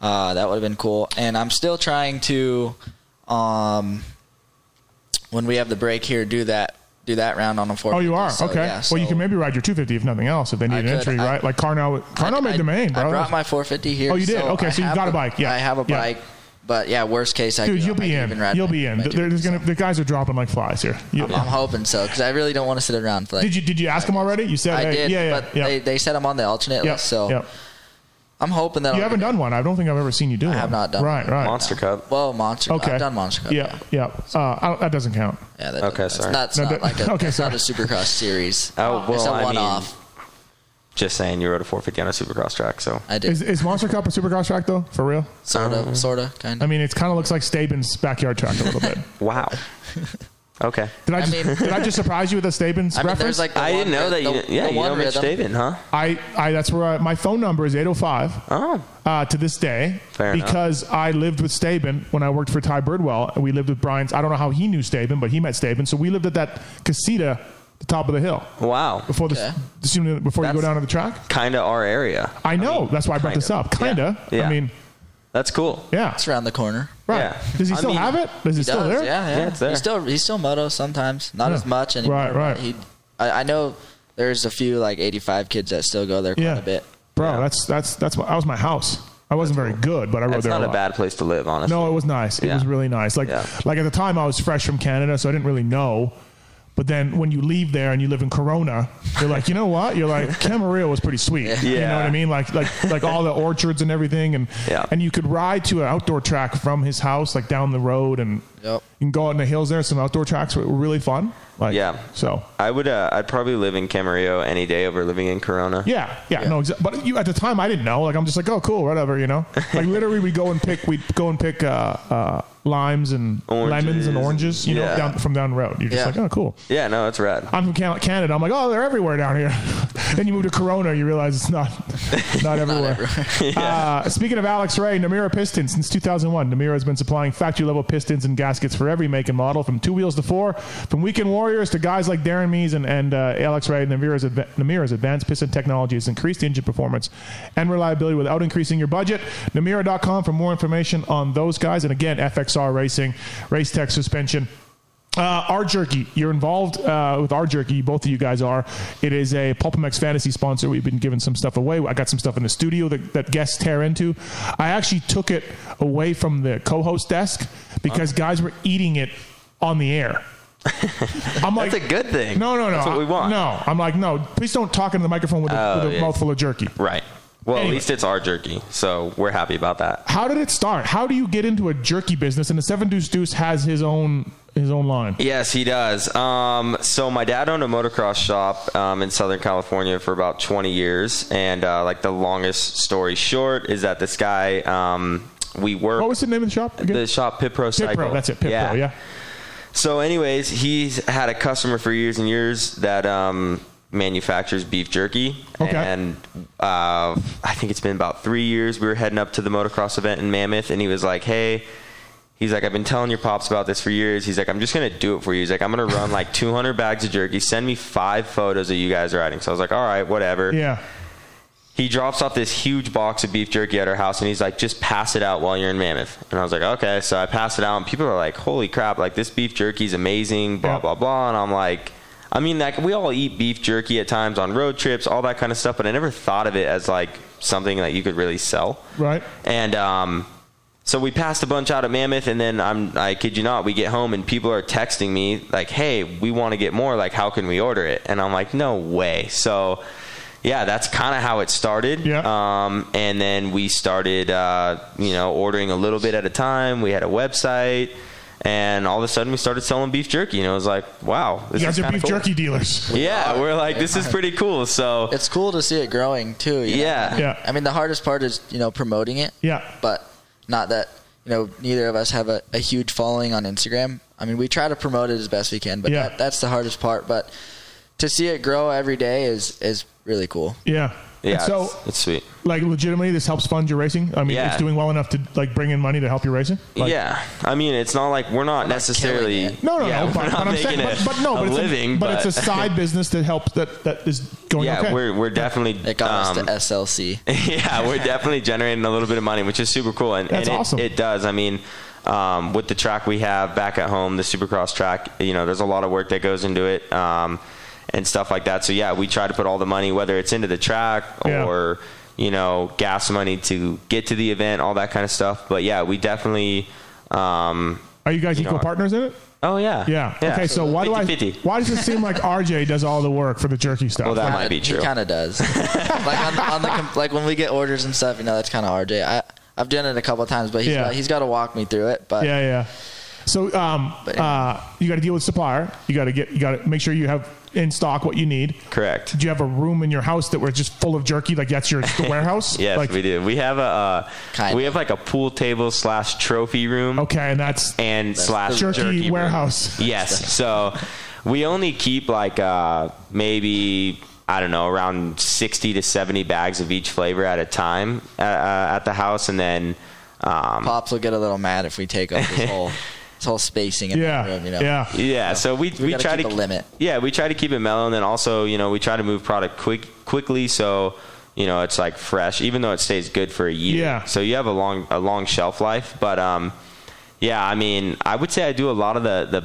Speaker 2: uh, that would have been cool. And I'm still trying to, um, when we have the break here, do that do that round on a 450.
Speaker 1: Oh, you are
Speaker 2: So,
Speaker 1: okay.
Speaker 2: yeah,
Speaker 1: well, you
Speaker 2: so-
Speaker 1: can maybe ride your 250 if nothing else. If they need
Speaker 2: I
Speaker 1: an
Speaker 2: could.
Speaker 1: entry,
Speaker 2: I-
Speaker 1: right? Like Carnell, Carnell
Speaker 2: I-
Speaker 1: made
Speaker 2: I-
Speaker 1: the main, bro.
Speaker 2: I brought my 450 here.
Speaker 1: Oh, you did? Okay,
Speaker 2: I
Speaker 1: so you
Speaker 2: have
Speaker 1: got a bike, yeah.
Speaker 2: I have a
Speaker 1: Yeah.
Speaker 2: bike, but yeah, worst case, I
Speaker 1: Dude,
Speaker 2: can-
Speaker 1: you'll
Speaker 2: I
Speaker 1: be
Speaker 2: can
Speaker 1: in.
Speaker 2: even ride
Speaker 1: You'll
Speaker 2: my-
Speaker 1: be in.
Speaker 2: my
Speaker 1: There- There's gonna the guys are dropping like flies here. You-
Speaker 2: I'm hoping so because I really don't want to sit around for like.
Speaker 1: did you did you ask him already? You said
Speaker 2: I
Speaker 1: hey,
Speaker 2: did,
Speaker 1: yeah, yeah,
Speaker 2: but
Speaker 1: yeah.
Speaker 2: They, they said I'm on the alternate
Speaker 1: Yep,
Speaker 2: list, so
Speaker 1: yep.
Speaker 2: I'm hoping
Speaker 1: you
Speaker 2: that I'll-
Speaker 1: haven't done one. I don't think I've ever seen you do one.
Speaker 2: have not done
Speaker 1: Right, right.
Speaker 3: Monster Cup.
Speaker 2: Well, monster.
Speaker 1: Okay.
Speaker 2: I've done monster. Cup,
Speaker 1: Yeah, yeah. Uh, I don't- that doesn't count.
Speaker 2: yeah. That,
Speaker 3: Okay,
Speaker 2: that's
Speaker 3: sorry.
Speaker 2: Not, it's
Speaker 1: No,
Speaker 2: not
Speaker 1: that-
Speaker 2: like a,
Speaker 1: okay,
Speaker 2: it's not a supercross series.
Speaker 3: Oh,
Speaker 2: it's a
Speaker 3: well, I mean-
Speaker 2: one-off.
Speaker 3: Just saying, you rode a 450 on a supercross track, so.
Speaker 2: I, did
Speaker 1: Is, is Monster Cup a supercross track though? For real?
Speaker 2: sort
Speaker 3: uh,
Speaker 2: of, sort of, kind
Speaker 1: I
Speaker 2: of.
Speaker 1: mean, it kind of looks like Staben's backyard track a little bit.
Speaker 3: Wow. Okay.
Speaker 1: Did I
Speaker 2: I
Speaker 1: just,
Speaker 2: mean-
Speaker 1: did I just surprise you with a Staben's
Speaker 2: I mean,
Speaker 1: reference?
Speaker 2: there's like the
Speaker 3: I
Speaker 2: one
Speaker 3: didn't know
Speaker 2: rhythm-
Speaker 3: that you.
Speaker 2: the-
Speaker 3: yeah,
Speaker 2: the
Speaker 3: you
Speaker 2: one
Speaker 3: know Mitch
Speaker 2: rhythm.
Speaker 3: David, huh?
Speaker 1: I, I that's where I, my phone number is 805
Speaker 3: Oh.
Speaker 1: uh, to this day
Speaker 3: Fair enough.
Speaker 1: because I lived with Staben when I worked for Ty Birdwell and we lived with Brian's I don't know how he knew Staben but he met Staben so we lived at that casita the top of the hill
Speaker 3: Wow.
Speaker 1: before the
Speaker 2: Okay.
Speaker 1: soon before you go
Speaker 3: That's-
Speaker 1: down to the track.
Speaker 3: Kind of our area.
Speaker 1: I know.
Speaker 3: mean,
Speaker 1: That's why I brought
Speaker 3: kind
Speaker 1: this
Speaker 3: of.
Speaker 1: up. Kinda.
Speaker 3: Yeah. Yeah.
Speaker 1: I mean,
Speaker 3: That's cool.
Speaker 1: yeah.
Speaker 2: It's around the corner.
Speaker 1: Right.
Speaker 3: Yeah.
Speaker 1: Does he
Speaker 3: I
Speaker 1: still
Speaker 3: mean,
Speaker 1: have it? Is he,
Speaker 2: He
Speaker 1: still
Speaker 2: does,
Speaker 1: there?
Speaker 2: yeah, yeah.
Speaker 3: Yeah, it's there.
Speaker 2: He's still he's still moto sometimes, not
Speaker 1: Yeah.
Speaker 2: as much anymore.
Speaker 1: Right, right.
Speaker 2: He, I, I know there's a few like 85 kids that still go there quite
Speaker 1: Yeah.
Speaker 2: a bit.
Speaker 1: Bro,
Speaker 3: Yeah.
Speaker 1: that's that's that's what, that was my house. I wasn't very good, but I rode
Speaker 3: That's
Speaker 1: there
Speaker 3: not
Speaker 1: a
Speaker 3: a
Speaker 1: lot.
Speaker 3: bad place to live, honestly.
Speaker 1: No, it was nice. It
Speaker 3: Yeah.
Speaker 1: was really nice. Like
Speaker 3: Yeah.
Speaker 1: like at the time I was fresh from Canada, so I didn't really know. But then when you leave there and you live in Corona, you're like, you know what? You're like Camarillo was pretty sweet. You know
Speaker 3: Yeah.
Speaker 1: what I mean? Like like like all the orchards and everything and
Speaker 3: Yeah.
Speaker 1: and you could ride to an outdoor track from his house like down the road and
Speaker 2: Yep.
Speaker 1: you can go out in the hills there. Some outdoor tracks were were really fun. Like
Speaker 3: Yeah.
Speaker 1: So
Speaker 3: I would. Uh, I'd probably live in Camarillo any day over living in Corona.
Speaker 1: Yeah, yeah, no, exa- but you at the time I didn't know. Like I'm just like, oh, cool, whatever, you know. Like literally, we go and pick, we would go and pick uh, uh, limes and lemons and
Speaker 3: Oranges.
Speaker 1: oranges, you know,
Speaker 3: Yeah.
Speaker 1: down from down the road. You're just
Speaker 2: Yeah.
Speaker 1: like, oh, cool.
Speaker 3: Yeah. No, it's rad.
Speaker 1: I'm from Can- Canada. I'm like, oh, they're everywhere down here. then you move to Corona, you realize it's not not everywhere. uh, speaking of Alex Ray, Namira Pistons since 2001. Namira has been supplying factory level pistons and gaskets for every make and model, from two wheels to four, from weekend warriors to guys like Darren Mees and, and uh, Alex Ray. Namira's, adva- Namira's advanced piston technology has increased engine performance and reliability without increasing your budget. Namira.com for more information on those guys. And again, FXR Racing, Race Tech Suspension. Uh, our jerky, you're involved uh, with our jerky. Both of you guys are. It is a Pulpamex fantasy sponsor. We've been giving some stuff away. I got some stuff in the studio that, that guests tear into. I actually took it away from the co-host desk because guys were eating it on the air. I'm like,
Speaker 3: That's a good thing.
Speaker 1: No, no, no.
Speaker 3: That's what we want.
Speaker 1: No, I'm like, no. Please don't talk into the microphone with a,
Speaker 3: Oh,
Speaker 1: with a
Speaker 3: yeah.
Speaker 1: mouthful of jerky.
Speaker 3: Right. Well,
Speaker 1: Anyway.
Speaker 3: at least it's our jerky, so we're happy about that.
Speaker 1: How did it start? How do you get into a jerky business? And the Seven Deuce Deuce has his own his own line.
Speaker 3: Yes, he does. Um, so my dad owned a motocross shop um, in Southern California for about 20 years, and uh, like the longest story short is that this guy um, we worked.
Speaker 1: What was the name of the shop? Again?
Speaker 3: the shop Pit Pro
Speaker 1: Pit
Speaker 3: Cycle.
Speaker 1: Pro, that's it. Pit Pro, yeah.
Speaker 3: So, anyways, he's had a customer for years and years that um, manufactures beef jerky.
Speaker 1: Okay.
Speaker 3: And uh, I think it's been about three years. We were heading up to the motocross event in Mammoth, and he was like, hey, he's like, I've been telling your pops about this for years. He's like, I'm just going to do it for you. He's like, I'm going to run like 200 bags of jerky. Send me five photos of you guys riding. So I was like, all right, whatever
Speaker 1: Yeah.
Speaker 3: he drops off this huge box of beef jerky at our house and he's like just pass it out while you're in mammoth and i was like okay so i pass it out and people are like holy crap like this beef jerky is amazing blah
Speaker 1: Yeah.
Speaker 3: blah blah and i'm like i mean like we all eat beef jerky at times on road trips all that kind of stuff but i never thought of it as like something that you could really sell
Speaker 1: Right.
Speaker 3: and um, so we passed a bunch out at Mammoth, and then I'm I kid you not, we get home and people are texting me like, "Hey, we want to get more. Like, how can we order it?" And I'm like, "No way." So. Yeah, that's kind of how it started.
Speaker 1: Yeah.
Speaker 3: Um, and then we started, uh, you know, ordering a little bit at a time. We had a website, and all of a sudden we started selling beef jerky. And it was like, wow, this
Speaker 1: You guys
Speaker 3: is
Speaker 1: are
Speaker 3: kinda
Speaker 1: beef
Speaker 3: cool.
Speaker 1: jerky dealers.
Speaker 3: Yeah, we're like, this is pretty cool. So
Speaker 2: It's cool to see it growing too. you know?
Speaker 3: Yeah.
Speaker 1: Yeah.
Speaker 2: I mean, the hardest part is you know promoting it.
Speaker 1: Yeah.
Speaker 2: But not that you know neither of us have a, a huge following on Instagram. I mean, we try to promote it as best we can, but
Speaker 1: Yeah.
Speaker 2: that, that's the hardest part. But to see it grow every day is is really cool.
Speaker 1: Yeah.
Speaker 3: yeah,
Speaker 1: And so,
Speaker 3: it's, it's sweet.
Speaker 1: like, legitimately, this helps fund your racing. I mean,
Speaker 3: Yeah.
Speaker 1: it's doing well enough to like bring in money to help your racing. Like,
Speaker 3: yeah, I mean, it's not like we're not necessarily.
Speaker 2: killing it.
Speaker 1: No, no,
Speaker 3: yeah,
Speaker 1: no.
Speaker 3: we're
Speaker 1: But,
Speaker 3: not
Speaker 1: but I'm
Speaker 3: making
Speaker 1: saying, but,
Speaker 3: a-
Speaker 1: but no,
Speaker 3: a
Speaker 1: but it's
Speaker 3: living,
Speaker 1: a, but, it's a side business that helps that that is going
Speaker 3: yeah,
Speaker 1: okay.
Speaker 3: we're we're definitely
Speaker 2: It got us to
Speaker 3: um,
Speaker 2: SLC.
Speaker 3: yeah, we're definitely generating a little bit of money, which is super cool. And,
Speaker 1: That's
Speaker 3: and it,
Speaker 1: awesome.
Speaker 3: it does. I mean, um, with the track we have back at home, the Supercross track, you know, there's a lot of work that goes into it um, and stuff like that. So yeah, we try to put all the money, whether it's into the track
Speaker 1: Yeah.
Speaker 3: or you know, gas money to get to the event, all that kind of stuff. But yeah, we definitely. Um,
Speaker 1: Are you guys
Speaker 3: you know,
Speaker 1: equal partners in it?
Speaker 3: oh yeah,
Speaker 1: Yeah. Okay. So why do I?
Speaker 3: 50-50.
Speaker 1: Why does it seem like RJ does all the work for the jerky stuff?
Speaker 3: Well, that
Speaker 1: Like,
Speaker 3: might be true.
Speaker 2: He kind of does. like on, on the com- like when we get orders and stuff, you know, that's kind of RJ. I I've done it a couple times, but he's
Speaker 1: Yeah.
Speaker 2: got, he's got to walk me through it. But
Speaker 1: yeah, yeah. So um,
Speaker 2: But-
Speaker 1: uh, you got to deal with supplier. You got to get. You got to make sure you have in stock what you need.
Speaker 3: Correct.
Speaker 1: Do you have a room in your house that where it's just full of jerky? Like that's your the warehouse.
Speaker 3: Yes,
Speaker 1: like,
Speaker 3: we do. We have a uh,
Speaker 2: Kinda.
Speaker 3: we have like a pool table slash trophy room
Speaker 1: Okay, and that's
Speaker 3: and slash
Speaker 1: Jerky
Speaker 3: jerky, room.
Speaker 1: warehouse.
Speaker 3: Yes, so we only keep like uh, maybe I don't know around sixty to seventy bags of each flavor at a time uh, uh, at the house, and then um,
Speaker 2: Pops will get a little mad if we take up his whole it's all spacing in
Speaker 1: Yeah.
Speaker 2: the room, you know.
Speaker 1: Yeah.
Speaker 3: Yeah, so we, we,
Speaker 2: gotta
Speaker 3: try
Speaker 2: keep
Speaker 3: to
Speaker 2: a limit.
Speaker 3: Yeah, we try to keep it mellow, and then also you know we try to move product quick quickly, so you know it's like fresh, even though it stays good for a year.
Speaker 1: Yeah.
Speaker 3: So you have a long a long shelf life, but um, yeah, I mean I would say I do a lot of the the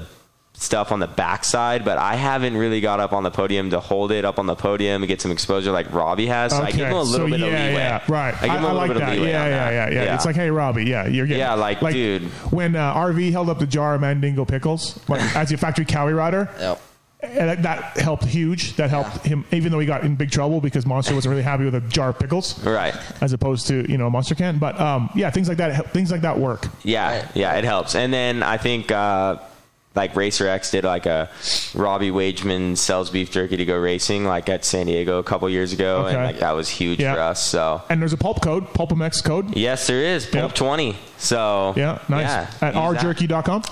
Speaker 3: stuff on the backside, but I haven't really got up on the podium to hold it up on the podium and get some exposure like Robbie has. So I give him a little
Speaker 1: so
Speaker 3: bit
Speaker 1: yeah,
Speaker 3: of leeway.
Speaker 1: yeah, right.
Speaker 3: I give him a little
Speaker 1: like
Speaker 3: bit
Speaker 1: that.
Speaker 3: of leeway.
Speaker 1: yeah,
Speaker 3: on
Speaker 1: yeah,
Speaker 3: that.
Speaker 1: yeah, yeah, It's like, hey, Robbie, yeah, you're getting
Speaker 3: Yeah, like, dude.
Speaker 1: When uh, RV held up the jar of Mandingo pickles like, as your factory cowie rider,
Speaker 2: Yep.
Speaker 1: and that, that helped huge. That helped him, even though he got in big trouble because Monster wasn't really happy with a jar of pickles,
Speaker 3: Right.
Speaker 1: As opposed to you know Monster can, but um, yeah, things like that, things like that work.
Speaker 3: Yeah,
Speaker 2: Right.
Speaker 3: yeah, it helps. And then I think uh, like Racer X did like a Robbie Wageman sells beef jerky to go racing like at San Diego a couple years ago,
Speaker 1: Okay.
Speaker 3: and like that was huge
Speaker 1: Yeah.
Speaker 3: for us. So
Speaker 1: And there's a pulp code, Pulpamex code.
Speaker 3: yes, there is pulp
Speaker 1: Yep.
Speaker 3: twenty. So
Speaker 1: Yeah, nice. At
Speaker 3: rjerky
Speaker 1: rjerky.com.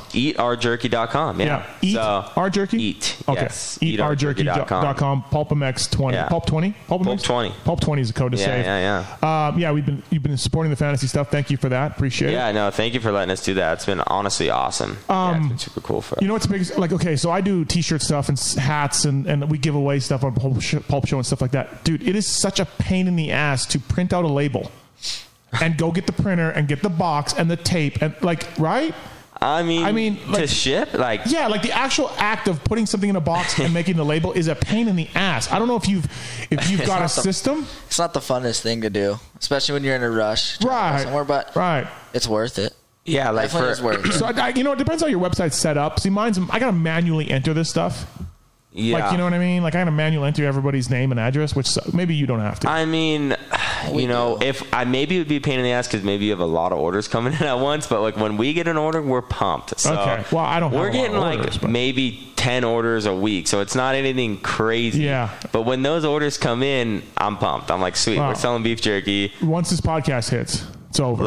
Speaker 3: eatrjerky.com.
Speaker 1: Yeah.
Speaker 3: Yeah,
Speaker 1: Eat
Speaker 3: so,
Speaker 1: our jerky.
Speaker 3: Eat.
Speaker 1: Okay.
Speaker 3: Yes.
Speaker 1: Eat our
Speaker 3: eatrjerky.com.
Speaker 1: jerky.com. Pulpamex 20.
Speaker 3: Yeah.
Speaker 1: Pulp 20?
Speaker 3: Pulp 20.
Speaker 1: Pulp 20 is the code to
Speaker 3: Yeah,
Speaker 1: save.
Speaker 3: yeah,
Speaker 1: yeah. Um, yeah, we've been you've been supporting the fantasy stuff. Thank you for that. Appreciate it.
Speaker 3: Yeah, no, thank you for letting us do that. It's been honestly awesome. yeah,
Speaker 1: Um,
Speaker 3: it's been super cool for us.
Speaker 1: You know what's the biggest? Like, okay, so I do T-shirt stuff and s- hats, and, and we give away stuff on Pulp, Sh- Pulp Show and stuff like that. Dude, it is such a pain in the ass to print out a label and go get the printer and get the box and the tape and like, right?
Speaker 3: I mean,
Speaker 1: I mean,
Speaker 3: to
Speaker 1: like-
Speaker 3: ship, like,
Speaker 1: Yeah, like the actual act of putting something in a box and making the label is a pain in the ass. I don't know if you've if you've got a
Speaker 2: not the-
Speaker 1: system,
Speaker 2: It's not the funnest thing to do, especially when you're in a rush trying to go
Speaker 1: right?
Speaker 2: somewhere, but
Speaker 1: right.
Speaker 2: it's worth it.
Speaker 3: yeah, like
Speaker 2: Definitely
Speaker 3: for
Speaker 2: is worth it.
Speaker 1: So I, I- you know, it depends how your website's set up. See, mine's I gotta manually enter this stuff.
Speaker 3: yeah,
Speaker 1: Like you know what I mean? Like I gotta manually enter everybody's name and address, which su- maybe you don't have to.
Speaker 3: I mean, you know,
Speaker 2: do.
Speaker 3: if I maybe it would be a pain in the ass because maybe you have a lot of orders coming in at once. But like when we get an order, we're pumped. So
Speaker 1: Okay. Well, I don't have
Speaker 3: We're
Speaker 1: a lot
Speaker 3: getting
Speaker 1: of
Speaker 3: like
Speaker 1: orders, but-
Speaker 3: maybe ten orders a week, so it's not anything crazy.
Speaker 1: Yeah.
Speaker 3: But when those orders come in, I'm pumped. I'm like, sweet,
Speaker 1: Wow.
Speaker 3: we're selling beef jerky.
Speaker 1: Once this podcast hits, it's over.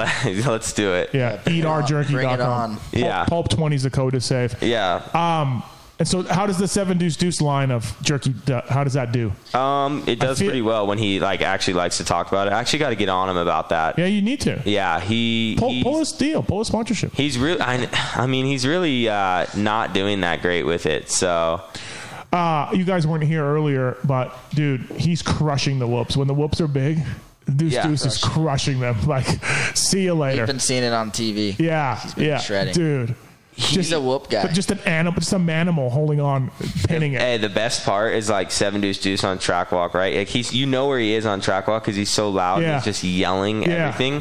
Speaker 3: Let's do it.
Speaker 1: yeah,
Speaker 2: bring it on. Bring it
Speaker 1: eatrjerky.com.
Speaker 2: on.
Speaker 1: Pulp,
Speaker 3: Yeah.
Speaker 1: pulp twenty is the code to save.
Speaker 3: Yeah.
Speaker 1: Um, and so how does the seven deuce deuce line of jerky? do- How does that do?
Speaker 3: Um, it does
Speaker 1: feel-
Speaker 3: pretty well when he like actually likes to talk about it. I actually got to get on him about that.
Speaker 1: Yeah, you need to
Speaker 3: Yeah, he
Speaker 1: pull,
Speaker 3: he's-
Speaker 1: pull us deal, pull a sponsorship.
Speaker 3: He's really, I, I mean, he's really uh, not doing that great with it. So
Speaker 1: Uh, you guys weren't here earlier, but dude, he's crushing the whoops. When the whoops are big, Deuce
Speaker 3: Yeah.
Speaker 1: Deuce is crushing them. Like, see you later.
Speaker 2: You've been seeing it on TV.
Speaker 1: yeah,
Speaker 2: He's been
Speaker 1: yeah,
Speaker 2: shredding.
Speaker 1: dude. He's
Speaker 2: a whoop guy.
Speaker 1: But just an animal, just a manimal holding on, pinning it.
Speaker 3: Hey, the best part is like seven deuce deuce on track walk, right? Like he's, you know where he is on track walk because he's so loud.
Speaker 1: Yeah.
Speaker 3: He's just yelling
Speaker 1: yeah,
Speaker 3: everything.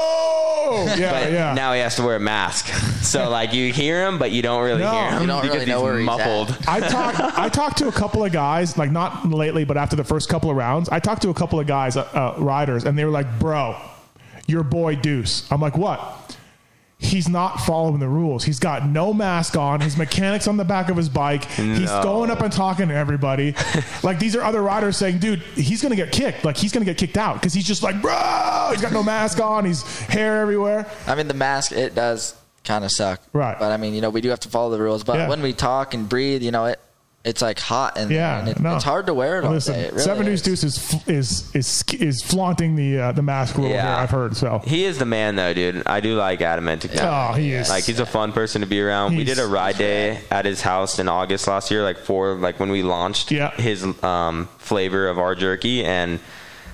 Speaker 1: bro. Yeah,
Speaker 3: But
Speaker 1: yeah.
Speaker 3: now he has to wear a mask, so like you hear him, but you don't really
Speaker 1: No.
Speaker 3: hear him
Speaker 1: You
Speaker 2: don't
Speaker 3: because
Speaker 2: really know
Speaker 3: he's
Speaker 2: where he's at.
Speaker 3: muffled.
Speaker 1: I talked. I talked to a couple of guys, like not lately, but after the first couple of rounds, I talked to a couple of guys, uh, uh, riders, and they were like, "Bro, your boy Deuce." I'm like, "What?" He's not following the rules. He's got no mask on. His mechanics on the back of his bike. He's
Speaker 3: No.
Speaker 1: going up and talking to everybody. like these are other riders saying, "Dude, he's gonna get kicked. Like he's gonna get kicked out because he's just like, bro. He's got no mask on. He's hair everywhere.
Speaker 2: I mean, the mask it does kind of suck,
Speaker 1: Right.
Speaker 2: But I mean, you know, we do have to follow the rules. But
Speaker 1: Yeah.
Speaker 2: when we talk and breathe, you know, it it's like hot and,
Speaker 1: Yeah,
Speaker 2: and it,
Speaker 1: no.
Speaker 2: it's hard to wear it all
Speaker 1: Listen,
Speaker 2: day. It really
Speaker 1: Seven Deuce
Speaker 2: is.
Speaker 1: Deuce is f- is is is flaunting the uh, the mask rule
Speaker 3: Yeah.
Speaker 1: here. I've heard so.
Speaker 3: He is the man, though, dude. I do like adamant.
Speaker 1: Oh, he is.
Speaker 3: Like he's a fun person to be around. we
Speaker 1: He's-
Speaker 3: did a ride day at his house in August last year, like for like when we launched
Speaker 1: Yeah.
Speaker 3: his um, flavor of our jerky, and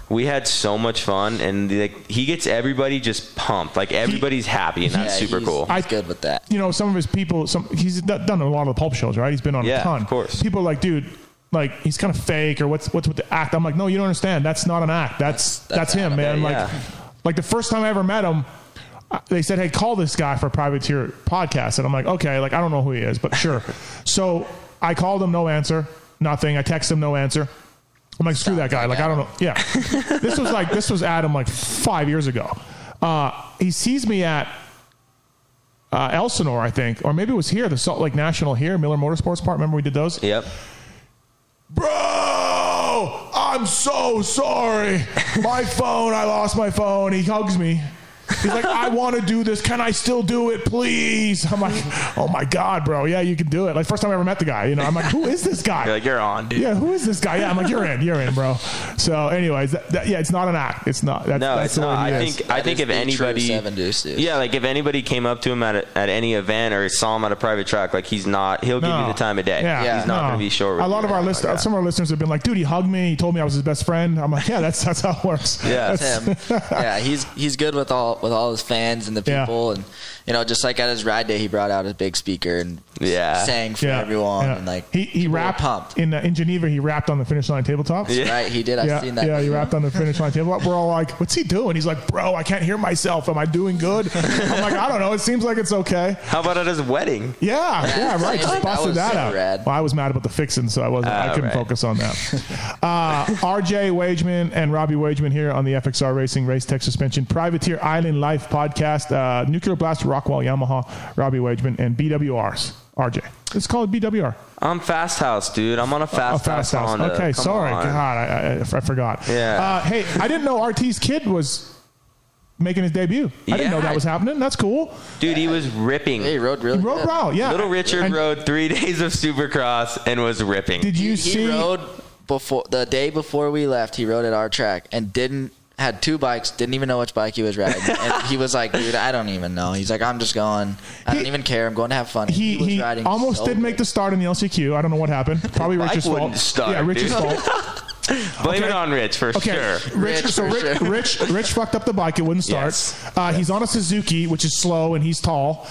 Speaker 3: we had so much fun. And like he gets everybody just pumped, like everybody's happy, and that's
Speaker 2: Yeah,
Speaker 3: super
Speaker 2: he's-
Speaker 3: cool.
Speaker 1: I-
Speaker 2: He's good with that.
Speaker 1: you know, some of his people, some he's d- done a lot of the pulp shows, right? He's been on a
Speaker 3: Yeah,
Speaker 1: ton.
Speaker 3: of course.
Speaker 1: People are like, dude, like he's kind of fake, or what's what's with the act? I'm like, no, you don't understand. That's not an act. That's that's,
Speaker 2: That's- that's
Speaker 1: him,
Speaker 2: Adam.
Speaker 1: man. Like,
Speaker 3: Yeah.
Speaker 1: like the first time I ever met him. I- They said, "Hey, call this guy for a privateer podcast," and I'm like, "Okay, like I don't know who he is, but sure." so I called him, no answer, nothing. I text him, no answer. I'm like, screw that guy. Like, I don't know. Yeah. this was like, this was Adam like five years ago. Uh, he sees me at uh, Elsinore, I think, or maybe it was here, the Salt Lake National here, Miller Motorsports Park. Remember we did those?
Speaker 3: Yep.
Speaker 1: Bro, I'm so sorry. My phone, I lost my phone. He hugs me. He's like, I want to do this. Can I still do it, please? I'm like, oh my god, bro. Yeah, you can do it. Like first time I ever met the guy. You know, I'm like, who is this guy?
Speaker 3: You're like, you're on, dude.
Speaker 1: yeah, who is this guy? Yeah, I'm like, you're in, you're in, bro. So, anyways, that, that, yeah, it's not an act. It's not. That's,
Speaker 3: No,
Speaker 1: that's
Speaker 3: it's
Speaker 1: the way
Speaker 3: not.
Speaker 1: he
Speaker 3: I
Speaker 1: is.
Speaker 3: think I
Speaker 2: That is
Speaker 3: think if
Speaker 2: the true
Speaker 3: anybody,
Speaker 2: seven deuce, dude.
Speaker 3: yeah, like if anybody came up to him at a, at any event or saw him at a private track, like he's not. He'll give you the time of day.
Speaker 1: Yeah,
Speaker 2: Yeah.
Speaker 3: he's not
Speaker 1: no.
Speaker 3: going to be short. with
Speaker 1: A lot
Speaker 3: you
Speaker 1: of
Speaker 3: Oh,
Speaker 1: our
Speaker 3: or anything
Speaker 1: listeners,
Speaker 3: like that.
Speaker 1: some of our listeners have been like, "Dude, he hugged me. He told me I was his best friend." I'm like, "Yeah, that's that's how it works."
Speaker 3: Yeah.
Speaker 2: That's him. yeah, he's he's good with all with all his fans and the
Speaker 1: Yeah.
Speaker 2: people, and you know, just like at his ride day, he brought out his big speaker and
Speaker 3: Yeah.
Speaker 2: sang for
Speaker 1: Yeah,
Speaker 2: everyone,
Speaker 1: yeah.
Speaker 2: and like
Speaker 1: he he
Speaker 2: people were
Speaker 1: rapped
Speaker 2: pumped.
Speaker 1: in uh, in Geneva. He rapped on the finish line tabletops.
Speaker 3: Yeah.
Speaker 2: Right, he did. I've
Speaker 1: Yeah,
Speaker 2: seen that.
Speaker 1: yeah, he rapped on the finish line table. We're all like, "What's he doing?" He's like, "Bro, I can't hear myself. Am I doing good?" I'm like, "I don't know. It seems like it's okay."
Speaker 3: How about at his wedding?
Speaker 1: Yeah, yeah, right. Just
Speaker 2: That
Speaker 1: busted
Speaker 2: was
Speaker 1: that,
Speaker 2: so
Speaker 1: out.
Speaker 2: rad.
Speaker 1: Well, I was mad about the fixing, so I wasn't. I
Speaker 3: Ah,
Speaker 1: couldn't
Speaker 3: right.
Speaker 1: focus on that. Uh, RJ Wageman and Robbie Wageman here on the FXR Racing Race Tech Suspension Privateer Island Life podcast. Uh, Nuclear Blaster, Rockwell, Yamaha, Robbie Wageman, and BWRs. RJ, it's called BWR.
Speaker 3: I'm fast house, dude. I'm on a
Speaker 1: Oh,
Speaker 3: fast,
Speaker 1: fast
Speaker 3: house.
Speaker 1: house.
Speaker 3: Honda.
Speaker 1: Okay,
Speaker 3: Come
Speaker 1: sorry.
Speaker 3: on.
Speaker 1: God, I, I, I forgot.
Speaker 3: Yeah.
Speaker 1: Uh, hey, I didn't know RT's kid was making his debut. I didn't know
Speaker 3: Yeah.
Speaker 1: that was happening. That's cool.
Speaker 3: dude, he was ripping.
Speaker 2: Hey, he rode really.
Speaker 1: He rode
Speaker 2: good.
Speaker 1: well, yeah.
Speaker 3: Little Richard
Speaker 1: And
Speaker 3: rode three days of Supercross and was ripping.
Speaker 1: Did you
Speaker 2: He,
Speaker 1: see?
Speaker 2: he rode before the day before we left. He rode at our track and didn't had two bikes. Didn't even know which bike he was riding. and he was like, "Dude, I don't even know." He's like, "I'm just going. I
Speaker 1: He-
Speaker 2: don't even care. I'm going to have fun." And
Speaker 1: he,
Speaker 2: was
Speaker 1: he
Speaker 2: riding
Speaker 1: almost
Speaker 2: so
Speaker 1: did make
Speaker 2: good.
Speaker 1: the start in the LCQ. I don't know what happened. Probably
Speaker 3: bike
Speaker 1: Richard's
Speaker 3: wouldn't
Speaker 1: fault.
Speaker 3: start,
Speaker 1: yeah, Richard's
Speaker 3: dude.
Speaker 1: fault.
Speaker 3: Blame
Speaker 1: okay.
Speaker 3: it on Rich for
Speaker 1: Okay,
Speaker 3: sure.
Speaker 1: Rich,
Speaker 2: Rich
Speaker 1: so
Speaker 2: for
Speaker 1: Rich,
Speaker 2: sure.
Speaker 1: Rich, Rich fucked up the bike. It wouldn't start.
Speaker 3: Yes.
Speaker 1: Uh, He's on a Suzuki, which is slow, and he's tall.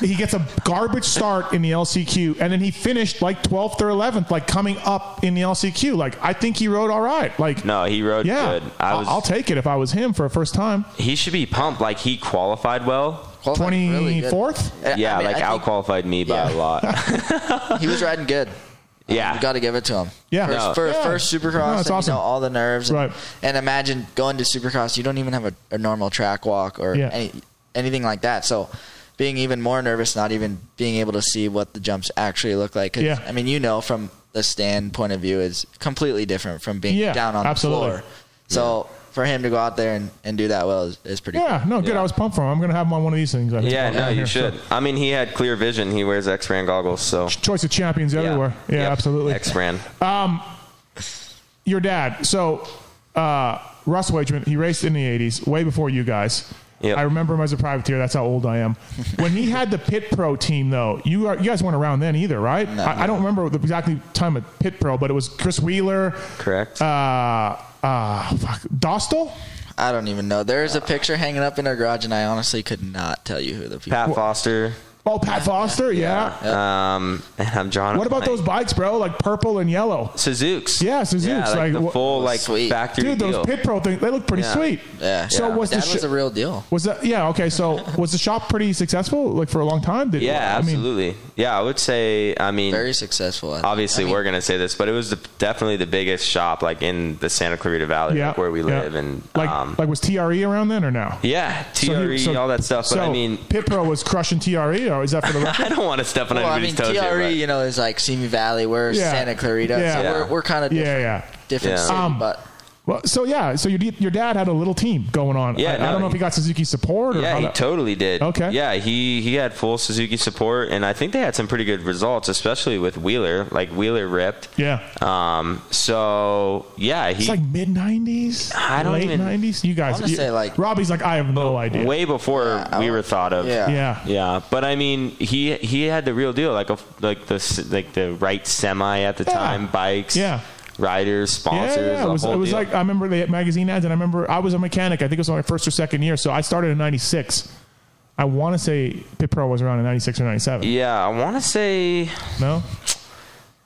Speaker 1: he gets a garbage start in the LCQ, and then he finished like 12th or 11th, like coming up in the LCQ. Like I think he rode all right. Like
Speaker 3: No, he rode
Speaker 1: yeah,
Speaker 3: good. I was.
Speaker 1: I'll take it if I was him for a first time.
Speaker 3: he should be pumped. Like he qualified well.
Speaker 2: Qualified really good.
Speaker 1: 24th.
Speaker 2: I-
Speaker 3: Yeah,
Speaker 2: I mean,
Speaker 3: like
Speaker 2: I think
Speaker 3: out qualified me by
Speaker 2: Yeah.
Speaker 3: a lot.
Speaker 2: He was riding good.
Speaker 3: yeah,
Speaker 2: You got to give it to him.
Speaker 1: Yeah.
Speaker 2: First,
Speaker 1: No.
Speaker 2: for
Speaker 1: Yeah.
Speaker 2: first
Speaker 1: No,
Speaker 2: Supercross,
Speaker 1: it's
Speaker 2: and,
Speaker 1: awesome.
Speaker 2: you know, all the nerves. and-
Speaker 1: Right.
Speaker 2: And, imagine going to Supercross, you don't even have a, a normal track walk or
Speaker 1: Yeah.
Speaker 2: any, anything like that. So being even more nervous, not even being able to see what the jumps actually look like. 'Cause,
Speaker 1: Yeah.
Speaker 2: I mean, you know, from the stand point of view, is completely different from being
Speaker 1: Yeah,
Speaker 2: down on
Speaker 1: absolutely.
Speaker 2: the floor. So for him to go out there and, and do that well is, is pretty cool.
Speaker 1: Yeah, no, good.
Speaker 3: Yeah.
Speaker 1: I was pumped for him. I'm gonna have him on one of these things. I think.
Speaker 3: yeah. No,
Speaker 1: Down
Speaker 3: you
Speaker 1: here,
Speaker 3: should.
Speaker 1: so.
Speaker 3: I mean, he had clear vision. He wears X-Ran goggles, so
Speaker 1: Choice of champions everywhere. Yeah,
Speaker 3: Yep.
Speaker 1: absolutely.
Speaker 3: X-Ran.
Speaker 1: your dad. So uh, Russ Wageman, he raced in the '80s, way before you guys.
Speaker 3: Yep.
Speaker 1: I remember him as a privateer. That's how old I am. when he had the Pit Pro team, though, you are, you guys weren't around then either, right? I, I don't remember the exactly time of Pit Pro, but it was Chris Wheeler.
Speaker 3: Correct.
Speaker 1: Uh, uh, fuck, Dostal.
Speaker 2: I don't even know. There is a picture hanging up in our garage, and I honestly could not tell you who the people
Speaker 3: Pat Foster.
Speaker 1: Oh, Pat Foster. Yeah.
Speaker 3: Um, and I'm drawing. a
Speaker 1: What about
Speaker 3: blank.
Speaker 1: those bikes, bro? Like purple and yellow.
Speaker 3: Suzukes?
Speaker 1: Yeah, Suzukes, like,
Speaker 3: like, the
Speaker 1: what-
Speaker 3: full like
Speaker 2: Sweet.
Speaker 3: factory
Speaker 1: Dude,
Speaker 3: deal.
Speaker 1: those Pit Pro things, they look pretty
Speaker 3: Yeah.
Speaker 1: sweet.
Speaker 2: Yeah.
Speaker 1: So
Speaker 2: Yeah.
Speaker 1: was the
Speaker 2: That was
Speaker 1: sh-
Speaker 2: a real deal.
Speaker 1: Was that yeah okay? So was the shop pretty successful like for a long time? Did,
Speaker 3: yeah,
Speaker 1: I mean,
Speaker 3: absolutely. yeah, I would say. I mean,
Speaker 2: Very successful. I think.
Speaker 3: obviously we're gonna say this, but it was the, definitely the biggest shop like in the Santa Clarita Valley,
Speaker 1: yeah,
Speaker 3: like, where we
Speaker 1: yeah.
Speaker 3: live, and
Speaker 1: like
Speaker 3: um,
Speaker 1: like was TRE around then or no?
Speaker 3: yeah, TRE,
Speaker 1: So he- so-
Speaker 3: all that stuff. But
Speaker 1: so
Speaker 3: I mean,
Speaker 1: Pit Pro was crushing TRE, or is that for the record?
Speaker 3: I don't want to step on
Speaker 2: Well, I mean, E
Speaker 3: anybody's
Speaker 2: TRE,
Speaker 3: toes. here, but-
Speaker 2: you know, is like Simi Valley. We're
Speaker 1: Yeah.
Speaker 2: Santa Clarita.
Speaker 1: Yeah.
Speaker 2: So
Speaker 3: Yeah.
Speaker 2: we're, we're kind of
Speaker 1: yeah,
Speaker 2: different,
Speaker 1: yeah.
Speaker 2: different
Speaker 3: Yeah.
Speaker 2: city,
Speaker 1: Um,
Speaker 2: but
Speaker 1: Well, so yeah, so your d- your dad had a little team going on.
Speaker 3: Yeah,
Speaker 1: I, I
Speaker 3: no,
Speaker 1: don't know if he
Speaker 3: he-
Speaker 1: got Suzuki support or
Speaker 3: Yeah,
Speaker 1: how
Speaker 3: he
Speaker 1: that-
Speaker 3: totally did.
Speaker 1: Okay.
Speaker 3: Yeah, he he had full Suzuki support, and I think they had some pretty good results, especially with Wheeler. Like Wheeler ripped.
Speaker 1: yeah.
Speaker 3: Um. So yeah, he
Speaker 1: It's like mid '90s,
Speaker 3: I don't
Speaker 1: late
Speaker 3: even-
Speaker 1: '90s. You guys,
Speaker 2: wanna
Speaker 1: you-
Speaker 2: say, like-
Speaker 1: Robbie's like I have no idea.
Speaker 3: way before
Speaker 2: Yeah, I
Speaker 3: we were
Speaker 2: would-
Speaker 3: thought of.
Speaker 2: yeah.
Speaker 1: yeah,
Speaker 3: Yeah, but I mean, he he had the real deal, like a, like the s- like the right semi at the
Speaker 1: Yeah.
Speaker 3: time, bikes,
Speaker 1: Yeah.
Speaker 3: riders, sponsors.
Speaker 1: Yeah, yeah, it
Speaker 3: the
Speaker 1: was,
Speaker 3: whole
Speaker 1: it was
Speaker 3: deal.
Speaker 1: like I remember they had magazine ads, and I remember I was a mechanic. I think it was my first or second year, so I started in '96. I want to say Pit Pro was around in '96 or '97.
Speaker 3: yeah, I want to say
Speaker 1: No,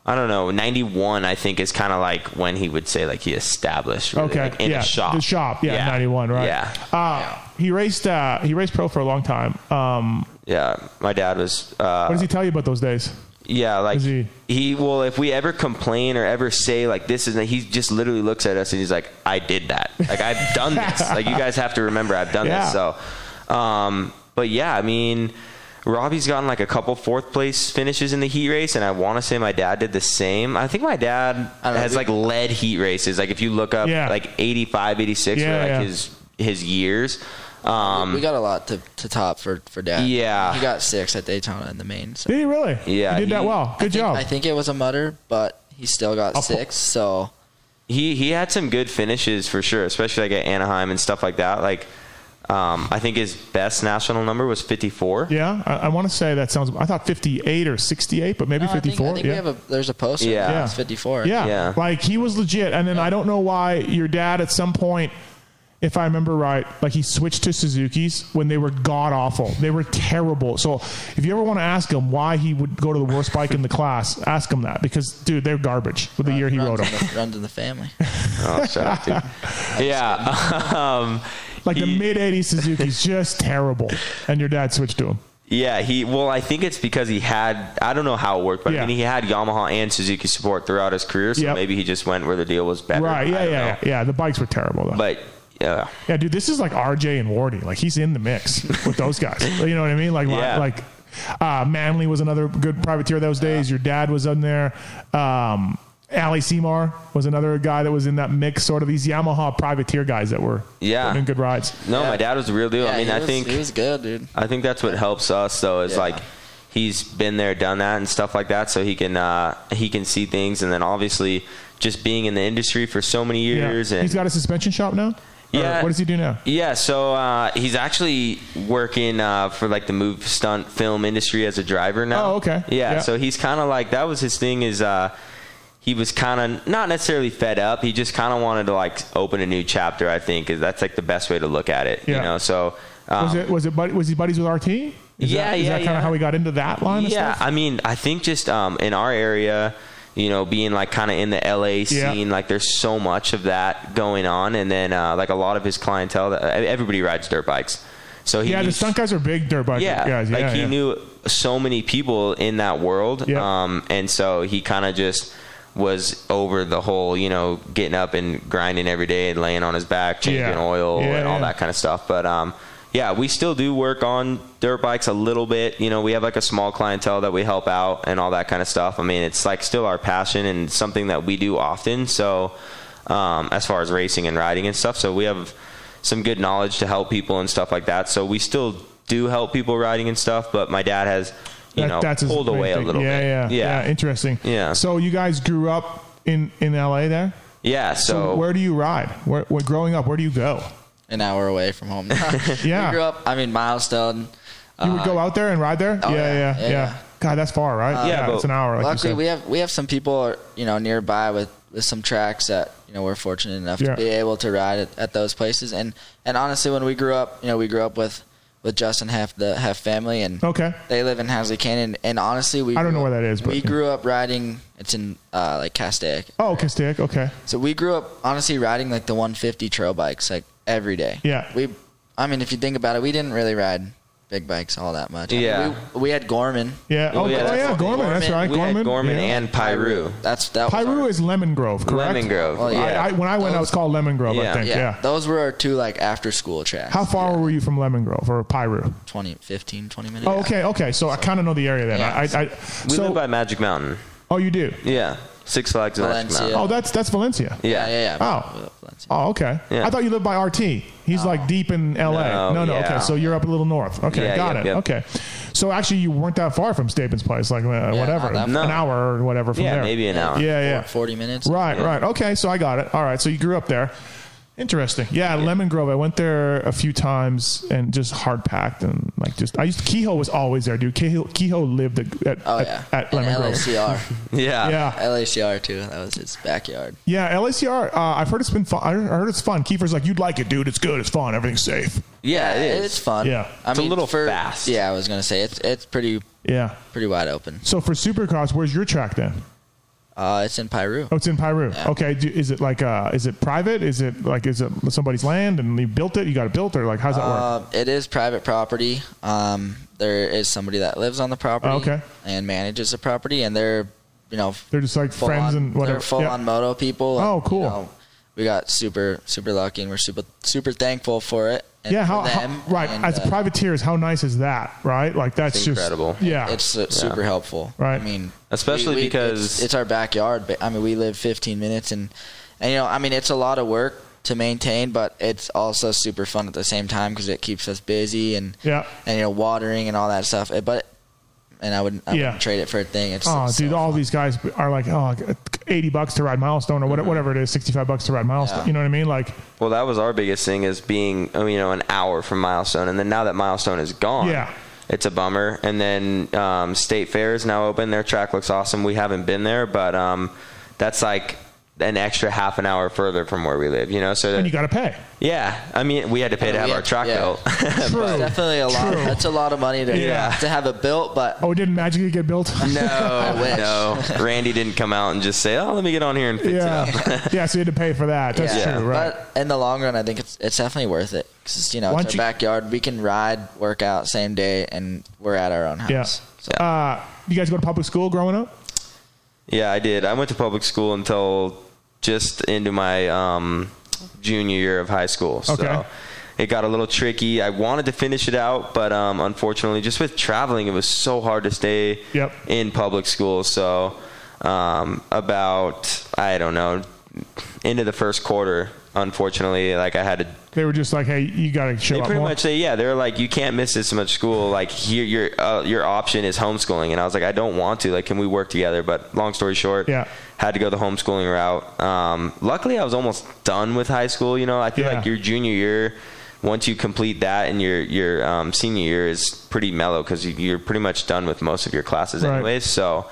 Speaker 3: I don't know, ninety one. I think is kind of like when he would say like he established, really,
Speaker 1: okay,
Speaker 3: like, in
Speaker 1: yeah,
Speaker 3: a shop,
Speaker 1: the shop, yeah, '91, right?
Speaker 3: yeah,
Speaker 1: Uh, he raced. Uh, he raced pro for a long time. Um,
Speaker 3: yeah. My dad was,
Speaker 1: what
Speaker 3: uh,
Speaker 1: does he tell you about those days?
Speaker 3: yeah, like
Speaker 1: Is he-
Speaker 3: he? Well, if we ever complain or ever say like this is, he just literally looks at us and he's like, I did that. Like I've done this. Like you guys have to remember, I've done
Speaker 1: Yeah.
Speaker 3: this. So, um, but yeah, I mean. Robbie's gotten like a couple fourth place finishes in the heat race, and I want to say my dad did the same. I think my dad
Speaker 2: I don't know,
Speaker 3: has
Speaker 2: we-
Speaker 3: like led heat races. Like if you look up
Speaker 1: Yeah.
Speaker 3: like 85, 86,
Speaker 1: Yeah,
Speaker 3: were like
Speaker 1: yeah.
Speaker 3: his his years. Um,
Speaker 2: we got a lot to, to top for for dad.
Speaker 3: Yeah.
Speaker 2: he got six at Daytona in the main. So
Speaker 1: Did he really?
Speaker 3: Yeah,
Speaker 1: He did that
Speaker 3: he-
Speaker 1: well. Good
Speaker 2: I think,
Speaker 1: job.
Speaker 2: I think it was a mutter, but he still got
Speaker 1: Up-
Speaker 2: six. So
Speaker 3: he he had some good finishes for sure, especially like at Anaheim and stuff like that. Like, um, I think his best national number was 54.
Speaker 1: yeah, I, I want to say that sounds. I thought 58 or 68, but maybe
Speaker 2: No, I think-
Speaker 1: 54.
Speaker 2: I think
Speaker 1: yeah.
Speaker 2: we have a there's a poster.
Speaker 3: Yeah.
Speaker 2: it's fifty four.
Speaker 1: Yeah.
Speaker 3: Yeah.
Speaker 1: Like he was legit. And then I don't know why your dad at some point, if I remember right, like he switched to Suzuki's when they were god awful. They were terrible. So if you ever want to ask him why he would go to the worst bike in the class, ask him that because dude, they're garbage with the year he
Speaker 2: runs
Speaker 1: rode
Speaker 2: in
Speaker 1: them.
Speaker 2: the, runs in the family.
Speaker 3: Oh, shut up, dude. yeah. um,
Speaker 1: Like the
Speaker 3: he-
Speaker 1: mid 80s Suzuki's just terrible. And your dad switched to him.
Speaker 3: Yeah, he well, I think it's because he had I don't know how it worked, but
Speaker 1: Yeah.
Speaker 3: I mean he had Yamaha and Suzuki support throughout his career, so
Speaker 1: Yep.
Speaker 3: maybe he just went where the deal was better.
Speaker 1: Right. Yeah. Yeah,
Speaker 3: I don't know.
Speaker 1: yeah. Yeah. The bikes were terrible though.
Speaker 3: But yeah,
Speaker 1: Yeah, dude, this is like RJ and Wardy. Like he's in the mix with those guys. you know what I mean? Like,
Speaker 3: Yeah.
Speaker 1: like uh, Manley was another good privateer those days. Your dad was in there. Um, Ali Seymour was another guy that was in that mix. Sort of these Yamaha privateer guys that were
Speaker 3: Yeah.
Speaker 1: putting in good rides.
Speaker 3: no,
Speaker 2: Yeah.
Speaker 3: my dad was the real deal.
Speaker 2: Yeah,
Speaker 3: I mean,
Speaker 2: he
Speaker 3: I
Speaker 2: was-
Speaker 3: think
Speaker 2: he was good, dude.
Speaker 3: I think that's what helps us though is
Speaker 2: Yeah.
Speaker 3: like he's been there, done that, and stuff like that, so he can uh, he can see things, and then obviously just being in the industry for so many
Speaker 1: Yeah.
Speaker 3: years and
Speaker 1: He's got a suspension shop now. Or
Speaker 3: Yeah.
Speaker 1: what does he do now?
Speaker 3: Yeah, so uh, he's actually working uh, for like the move stunt film industry as a driver now.
Speaker 1: Oh, okay.
Speaker 3: Yeah,
Speaker 1: Yeah.
Speaker 3: so he's kind of like that was his thing is uh, he was kind of not necessarily fed up. He just kind of wanted to like open a new chapter. I think is that's like the best way to look at it. You
Speaker 1: Yeah.
Speaker 3: know, so um,
Speaker 1: Was it was it bud- was he buddies with RT? Is
Speaker 3: Yeah,
Speaker 1: that, is
Speaker 3: yeah,
Speaker 1: that kind
Speaker 3: yeah.
Speaker 1: of how he got into that line? of
Speaker 3: yeah,
Speaker 1: stuff?
Speaker 3: I mean, I think just um, in our area, you know, being like kind of in the LA
Speaker 1: Yeah.
Speaker 3: scene, like there's so much of that going on, and then uh, like a lot of his clientele, that, e, everybody rides dirt bikes. So he
Speaker 1: yeah. The
Speaker 3: knew-
Speaker 1: stunt guys are big dirt bike
Speaker 3: yeah,
Speaker 1: guys. Yeah,
Speaker 3: like he
Speaker 1: yeah.
Speaker 3: knew so many people in that world,
Speaker 1: Yeah.
Speaker 3: um, and so he kind of just was over the whole, you know, getting up and grinding every day and laying on his back, changing
Speaker 1: Yeah.
Speaker 3: oil
Speaker 1: Yeah,
Speaker 3: and all
Speaker 1: yeah.
Speaker 3: that kind of stuff. But um, yeah, we still do work on dirt bikes a little bit. You know, we have like a small clientele that we help out and all that kind of stuff. I mean, it's like still our passion and something that we do often. So um, as far as racing and riding and stuff, so we have some good knowledge to help people and stuff like that. So we still do help people riding and stuff, but my dad has you
Speaker 1: That-
Speaker 3: know
Speaker 1: his
Speaker 3: pulled
Speaker 1: main
Speaker 3: away a
Speaker 1: thing.
Speaker 3: little
Speaker 1: yeah,
Speaker 3: bit.
Speaker 1: Yeah, yeah,
Speaker 3: yeah,
Speaker 1: Interesting.
Speaker 3: Yeah.
Speaker 1: So you guys grew up in in LA there.
Speaker 3: Yeah, So,
Speaker 1: where do you ride? Where, where growing up? Where do you go?
Speaker 2: An hour away from home.
Speaker 1: Yeah.
Speaker 2: we grew up. I mean, Milestone.
Speaker 1: You would go
Speaker 3: Uh,
Speaker 1: out there and ride there.
Speaker 2: oh,
Speaker 1: yeah,
Speaker 2: yeah,
Speaker 1: yeah,
Speaker 2: yeah,
Speaker 1: yeah,
Speaker 2: yeah.
Speaker 1: God, that's far, right?
Speaker 3: yeah, but
Speaker 1: it's an hour. Like you
Speaker 2: Luckily,
Speaker 1: said.
Speaker 2: we have we have some people you know nearby with, with some tracks that you know we're fortunate enough
Speaker 1: Yeah.
Speaker 2: to be able to ride at, at those places. And and honestly, when we grew up, you know, we grew up with with Justin half the half family, and
Speaker 1: okay.
Speaker 2: they live in Hasley Canyon. And honestly, we
Speaker 1: I don't
Speaker 2: grew
Speaker 1: know
Speaker 2: up-
Speaker 1: where that is, but-
Speaker 2: we grew up riding. It's in uh, like Castaic.
Speaker 1: Oh, Castaic. Okay.
Speaker 2: So we grew up honestly riding like the 150 trail bikes like every day.
Speaker 1: Yeah.
Speaker 2: We, I mean, if you think about it, we didn't really ride big bikes all that much. I mean,
Speaker 3: Yeah.
Speaker 2: we, we had Gorman.
Speaker 1: Yeah.
Speaker 3: Well,
Speaker 1: oh,
Speaker 3: yeah,
Speaker 1: yeah, oh,
Speaker 3: that's
Speaker 1: yeah
Speaker 3: what-
Speaker 1: Gorman. That's
Speaker 2: Gorman-
Speaker 1: right.
Speaker 3: we
Speaker 1: Gorman.
Speaker 3: had Gorman
Speaker 1: yeah.
Speaker 3: and Pyru.
Speaker 2: That's that. was
Speaker 1: Pyru
Speaker 2: our-
Speaker 1: is Lemon Grove, correct?
Speaker 3: Lemon Grove.
Speaker 2: Oh, yeah.
Speaker 1: I, I, when I went, it was called Lemon Grove, I
Speaker 3: Yeah.
Speaker 1: think. Yeah.
Speaker 2: yeah, Those were our two like after school tracks.
Speaker 1: How far were you from Lemon Grove or Pyru?
Speaker 2: 20, 15, 20 minutes.
Speaker 1: Oh, okay, okay. So I kind of know the area then.
Speaker 2: Yeah.
Speaker 1: I, I, I
Speaker 3: we
Speaker 1: so,
Speaker 3: live by Magic Mountain.
Speaker 1: oh, you do.
Speaker 3: Yeah, Six Flags Magic
Speaker 2: Valencia.
Speaker 3: Mountain.
Speaker 1: Oh, that's that's Valencia.
Speaker 2: Yeah, yeah, yeah.
Speaker 1: Oh.
Speaker 2: Valencia.
Speaker 1: Oh, okay.
Speaker 3: Yeah. Oh.
Speaker 1: I thought you lived by RT. He's like deep in LA. No,
Speaker 3: No,
Speaker 1: no.
Speaker 3: yeah.
Speaker 1: Okay, so you're up a little north. Okay,
Speaker 3: Yeah,
Speaker 1: got
Speaker 3: yep,
Speaker 1: it.
Speaker 3: yep.
Speaker 1: Okay, so actually you weren't that far from Staples Place, like uh, whatever,
Speaker 2: not that
Speaker 1: an
Speaker 3: far. No.
Speaker 1: hour or whatever from
Speaker 3: yeah,
Speaker 1: there.
Speaker 3: maybe an hour.
Speaker 1: Yeah,
Speaker 2: Four-
Speaker 1: yeah.
Speaker 2: 40 minutes.
Speaker 1: Right, right. Okay, so I got it. All right, so you grew up there. Interesting. Yeah, Lemon Grove. I went there a few times and just hard packed and like just. I used Kehoe was always there, dude. Kehoe, Kehoe lived at at,
Speaker 2: Oh
Speaker 1: at,
Speaker 2: yeah.
Speaker 1: at
Speaker 2: And
Speaker 1: Lemon Grove.
Speaker 2: LACR.
Speaker 3: Yeah.
Speaker 1: Yeah,
Speaker 2: LACR too. That was his backyard.
Speaker 1: Yeah, LACR. Uh, I've heard it's been fun. I heard it's fun. Kiefer's like, you'd like it, dude. It's good. It's fun. Everything's safe.
Speaker 3: Yeah, it is.
Speaker 2: It's fun.
Speaker 1: Yeah.
Speaker 2: I
Speaker 3: It's a
Speaker 2: mean,
Speaker 3: little
Speaker 2: for,
Speaker 3: fast.
Speaker 2: Yeah, I was gonna say it's it's pretty
Speaker 1: Yeah.
Speaker 2: pretty wide open.
Speaker 1: So for Supercross, where's your track then?
Speaker 2: Uh, it's in Piru.
Speaker 1: Oh, it's in Piru.
Speaker 2: Yeah.
Speaker 1: Okay. Do, is it like uh, is it private? Is it like is it somebody's land and you built it? You got it built or like how's that work?
Speaker 2: Uh, it is private property. Um, there is somebody that lives on the property.
Speaker 1: Okay.
Speaker 2: And manages the property, and they're, you know,
Speaker 1: They're just like
Speaker 2: full
Speaker 1: friends
Speaker 2: on-
Speaker 1: and whatever.
Speaker 2: They're full
Speaker 1: Yeah.
Speaker 2: on moto people. and,
Speaker 1: Oh,
Speaker 2: you
Speaker 1: cool.
Speaker 2: know, we got super super lucky, and we're super super thankful for it. And
Speaker 1: Yeah.
Speaker 2: for
Speaker 1: How, how-
Speaker 2: them,
Speaker 1: right?
Speaker 2: and,
Speaker 1: As
Speaker 2: uh,
Speaker 1: privateers, how nice is that? Right? Like that's
Speaker 3: It's
Speaker 1: just
Speaker 3: incredible.
Speaker 1: Yeah.
Speaker 2: It's su- super helpful.
Speaker 1: Right.
Speaker 2: I mean,
Speaker 3: Especially because-
Speaker 2: it's, it's our backyard. But I mean, we live 15 minutes, and and you know, I mean, it's a lot of work to maintain, but it's also super fun at the same time because it keeps us busy and
Speaker 1: Yeah.
Speaker 2: and you know watering and all that stuff. It, but and I wouldn't, I
Speaker 1: Yeah.
Speaker 2: wouldn't trade it for a thing. It's
Speaker 1: Oh,
Speaker 2: it's
Speaker 1: dude,
Speaker 2: so
Speaker 1: all
Speaker 2: fun.
Speaker 1: these guys are like, oh, 80 bucks to ride milestone or whatever, whatever it is, 65 bucks to ride milestone.
Speaker 2: Yeah.
Speaker 1: You know what I mean? Like,
Speaker 3: Well, that was our biggest thing is being I mean, you know an hour from milestone, and then now that milestone is gone,
Speaker 1: Yeah.
Speaker 3: it's a bummer. And then um, state fair is now open. Their track looks awesome. We haven't been there, but um, that's like an extra half an hour further from where we live. You know, so
Speaker 1: and
Speaker 3: that,
Speaker 1: you got to pay.
Speaker 3: yeah, I mean, we had to pay to
Speaker 2: Oh, Yeah,
Speaker 3: have
Speaker 2: we
Speaker 3: our
Speaker 2: had-
Speaker 3: track
Speaker 2: yeah.
Speaker 3: built.
Speaker 1: True.
Speaker 2: It's definitely a lot.
Speaker 1: True.
Speaker 2: That's a lot of money to
Speaker 1: Yeah.
Speaker 2: to have it built, but
Speaker 1: Oh, it didn't magically get built?
Speaker 2: Oh, wish.
Speaker 3: no, no. Randy didn't come out and just say, "Oh, let me get on here and fix it up."
Speaker 1: yeah. yeah, so you had to pay for that. That's
Speaker 2: yeah.
Speaker 1: true, right?
Speaker 2: But in the long run, I think it's it's definitely worth it because you know
Speaker 1: Why
Speaker 2: it's our
Speaker 1: don't you-
Speaker 2: backyard. We can ride, work out same day, and we're at our own house.
Speaker 1: Yeah.
Speaker 2: So,
Speaker 1: Uh, you guys go to public school growing up?
Speaker 3: Yeah, I did. I went to public school until just into my um, junior year of high school. So
Speaker 1: Okay.
Speaker 3: it got a little tricky. I wanted to finish it out, but um, unfortunately, just with traveling, it was so hard to stay
Speaker 1: Yep.
Speaker 3: in public school. So um, about I don't know into the first quarter, unfortunately, like I had to
Speaker 1: They were just like, hey, you got to show
Speaker 3: they
Speaker 1: up
Speaker 3: pretty
Speaker 1: more.
Speaker 3: much say, yeah, they're like, you can't miss this much school. Like here, your uh, your option is homeschooling, and I was like, I don't want to. Like, can we work together? But long story short,
Speaker 1: Yeah.
Speaker 3: had to go the homeschooling route. Um, luckily, I was almost done with high school. You know, I feel
Speaker 1: Yeah.
Speaker 3: like your junior year, once you complete that, and your your um, senior year is pretty mellow because you, you're pretty much done with most of your classes,
Speaker 1: Right.
Speaker 3: anyways. So,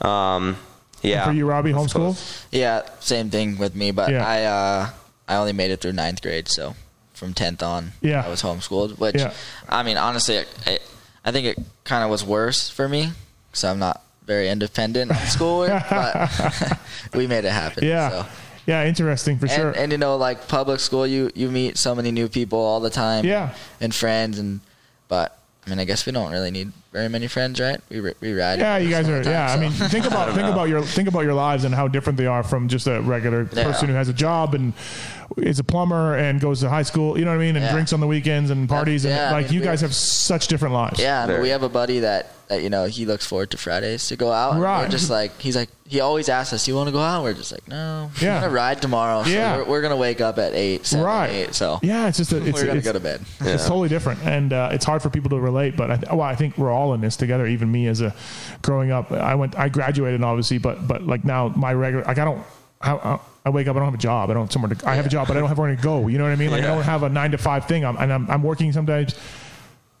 Speaker 3: um, yeah.
Speaker 1: For you, Robbie,
Speaker 3: I
Speaker 1: homeschool?
Speaker 3: suppose.
Speaker 2: yeah, same thing with me. But
Speaker 1: Yeah.
Speaker 2: I uh, I only made it through ninth grade, so from tenth on,
Speaker 1: Yeah.
Speaker 2: I was homeschooled. Which
Speaker 1: Yeah.
Speaker 2: I mean, honestly, it, it, I think it kind of was worse for me because I'm not very independent at school, but we made it happen.
Speaker 1: Yeah.
Speaker 2: So.
Speaker 1: Yeah, interesting for
Speaker 2: and,
Speaker 1: sure.
Speaker 2: and you know like public school you you meet so many new people all the time
Speaker 1: Yeah.
Speaker 2: and friends and but i mean i guess we don't really need very many friends right we ri- we ride
Speaker 1: yeah, you
Speaker 2: most
Speaker 1: guys
Speaker 2: of the
Speaker 1: are.
Speaker 2: time,
Speaker 1: Yeah, I
Speaker 2: so.
Speaker 1: mean, think about think about your think about your lives and how different they are from just a regular
Speaker 2: Yeah.
Speaker 1: person who has a job and is a plumber and goes to high school. You know what I mean? And
Speaker 2: Yeah.
Speaker 1: drinks on the weekends and parties
Speaker 2: yeah,
Speaker 1: and
Speaker 2: I
Speaker 1: like
Speaker 2: mean,
Speaker 1: you
Speaker 2: we-
Speaker 1: guys have such different lives.
Speaker 2: yeah I mean,
Speaker 3: Very.
Speaker 2: we have a buddy that that you know he looks forward to fridays to go out and
Speaker 1: Right.
Speaker 2: we're just like he's like he always asks us you want to go out we're just like no
Speaker 1: Yeah.
Speaker 2: we're gonna ride tomorrow so
Speaker 1: Yeah.
Speaker 2: we're, we're gonna wake up at eight seven,
Speaker 1: right.
Speaker 2: eight, so
Speaker 1: yeah, it's just a, it's,
Speaker 2: we're gonna
Speaker 1: it's,
Speaker 2: go to bed
Speaker 1: It's totally different, and uh, it's hard for people to relate. But I, th- well, I think we're all in this together. Even me, as a growing up, I went, I graduated, obviously, but but like now, my regular, like I don't, I- I, I wake up, I don't have a job, I don't have somewhere to, I have a job, but I don't have where to go. You know what I mean? Like I don't have a nine to five thing, I'm, and I'm, I'm working sometimes.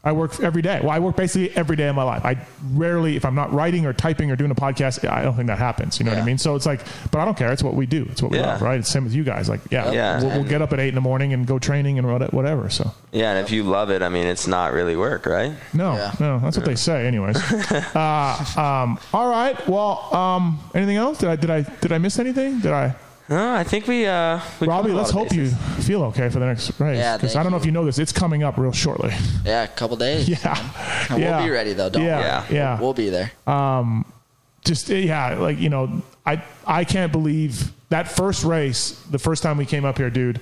Speaker 1: I work every day. Well, I work basically every day of my life. I rarely, if I'm not writing or typing or doing a podcast, I don't think that happens. You know what I
Speaker 2: Yeah.
Speaker 1: mean? So it's like, but I don't care. It's what we do. It's what we
Speaker 3: Yeah.
Speaker 1: love, right? It's same with you guys. Like, yeah,
Speaker 3: Yeah.
Speaker 1: We'll, we'll get up at eight in the morning and go training and what- whatever. So
Speaker 3: Yeah, and if you love it, I mean, it's not really work, right?
Speaker 1: no,
Speaker 2: Yeah.
Speaker 1: no, that's what they say, anyways. uh, um, all right. Well, um, anything else? Did I did I did I miss anything? Did I?
Speaker 3: No, I think we. Uh, we
Speaker 1: Robbie,
Speaker 3: covered a
Speaker 1: let's
Speaker 3: lot of
Speaker 1: hope
Speaker 3: bases.
Speaker 1: you feel okay for the next race.
Speaker 2: Yeah,
Speaker 1: because
Speaker 2: thank
Speaker 1: I don't know if
Speaker 2: you.
Speaker 1: you know this, it's coming up real shortly.
Speaker 2: yeah a couple days
Speaker 1: yeah,
Speaker 2: we'll
Speaker 1: yeah.
Speaker 2: be ready though don't worry
Speaker 1: Yeah,
Speaker 3: we?
Speaker 1: yeah. Uh,
Speaker 2: we'll be there
Speaker 1: just uh, yeah, like you know, I I can't believe that first race, the first time we came up here, dude.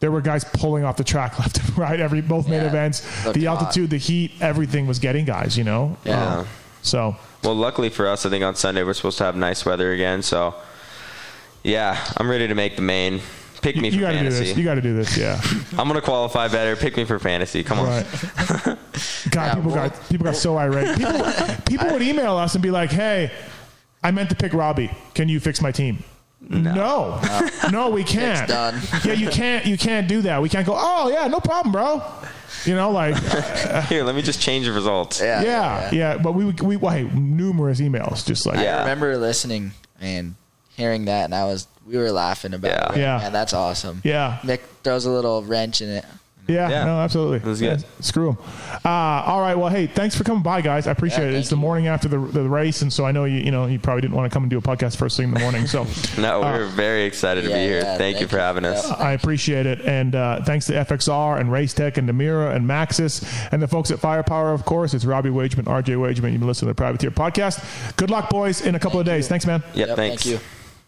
Speaker 1: There were guys pulling off the track left and right. Every both main
Speaker 2: Yeah,
Speaker 1: events,
Speaker 2: looked
Speaker 1: the
Speaker 2: hot.
Speaker 1: altitude, the heat, everything was getting guys. You know, Um,
Speaker 2: Yeah.
Speaker 1: so
Speaker 3: Well, luckily for us, I think on Sunday we're supposed to have nice weather again. So, yeah, I'm ready to make the main. Pick me
Speaker 1: you, you got
Speaker 3: for
Speaker 1: to do this. You
Speaker 3: fantasy.
Speaker 1: got to do this. Yeah.
Speaker 3: I'm gonna qualify better. Pick me for fantasy. Come on.
Speaker 1: Right. God,
Speaker 2: Yeah,
Speaker 1: people
Speaker 2: well-
Speaker 1: got people got so irate. People, people would email us and be like, "Hey, I meant to pick Robbie. Can you fix my team?" No, no, we can't.
Speaker 2: It's done.
Speaker 1: Yeah, you can't. You can't do that. We can't go. Oh yeah, no problem, bro. You know, like
Speaker 3: Here, let me just change the results.
Speaker 1: yeah, yeah. But we we why numerous emails just like
Speaker 3: Yeah.
Speaker 2: I remember listening and hearing that, and I was we were laughing about
Speaker 3: Yeah.
Speaker 2: it.
Speaker 1: Yeah.
Speaker 2: man, that's awesome.
Speaker 1: Yeah.
Speaker 2: Nick throws a little wrench in it.
Speaker 1: Yeah,
Speaker 3: Yeah.
Speaker 1: no, absolutely.
Speaker 3: was good.
Speaker 1: Yeah, screw them. Uh, all right. Well, hey, thanks for coming by, guys. I appreciate
Speaker 2: Yeah,
Speaker 1: it. It's
Speaker 2: thank
Speaker 1: the
Speaker 2: you.
Speaker 1: morning after the, the race, and so I know you you know you probably didn't want to come and do a podcast first thing in the morning. So
Speaker 3: No, we're
Speaker 1: Ah.
Speaker 3: very excited to be
Speaker 2: Yeah,
Speaker 3: here.
Speaker 2: yeah,
Speaker 3: thank,
Speaker 2: thank
Speaker 3: you for
Speaker 2: you.
Speaker 3: having us.
Speaker 1: I appreciate it. And uh, thanks to FXR and Racetech and Namira and Maxis and the folks at Firepower, of course. It's Robbie Wageman, RJ Wageman. You've been listening to the Privateer Podcast. Good luck, boys, in a couple of days. Thanks, man.
Speaker 3: Yep, thanks.
Speaker 2: Thank you.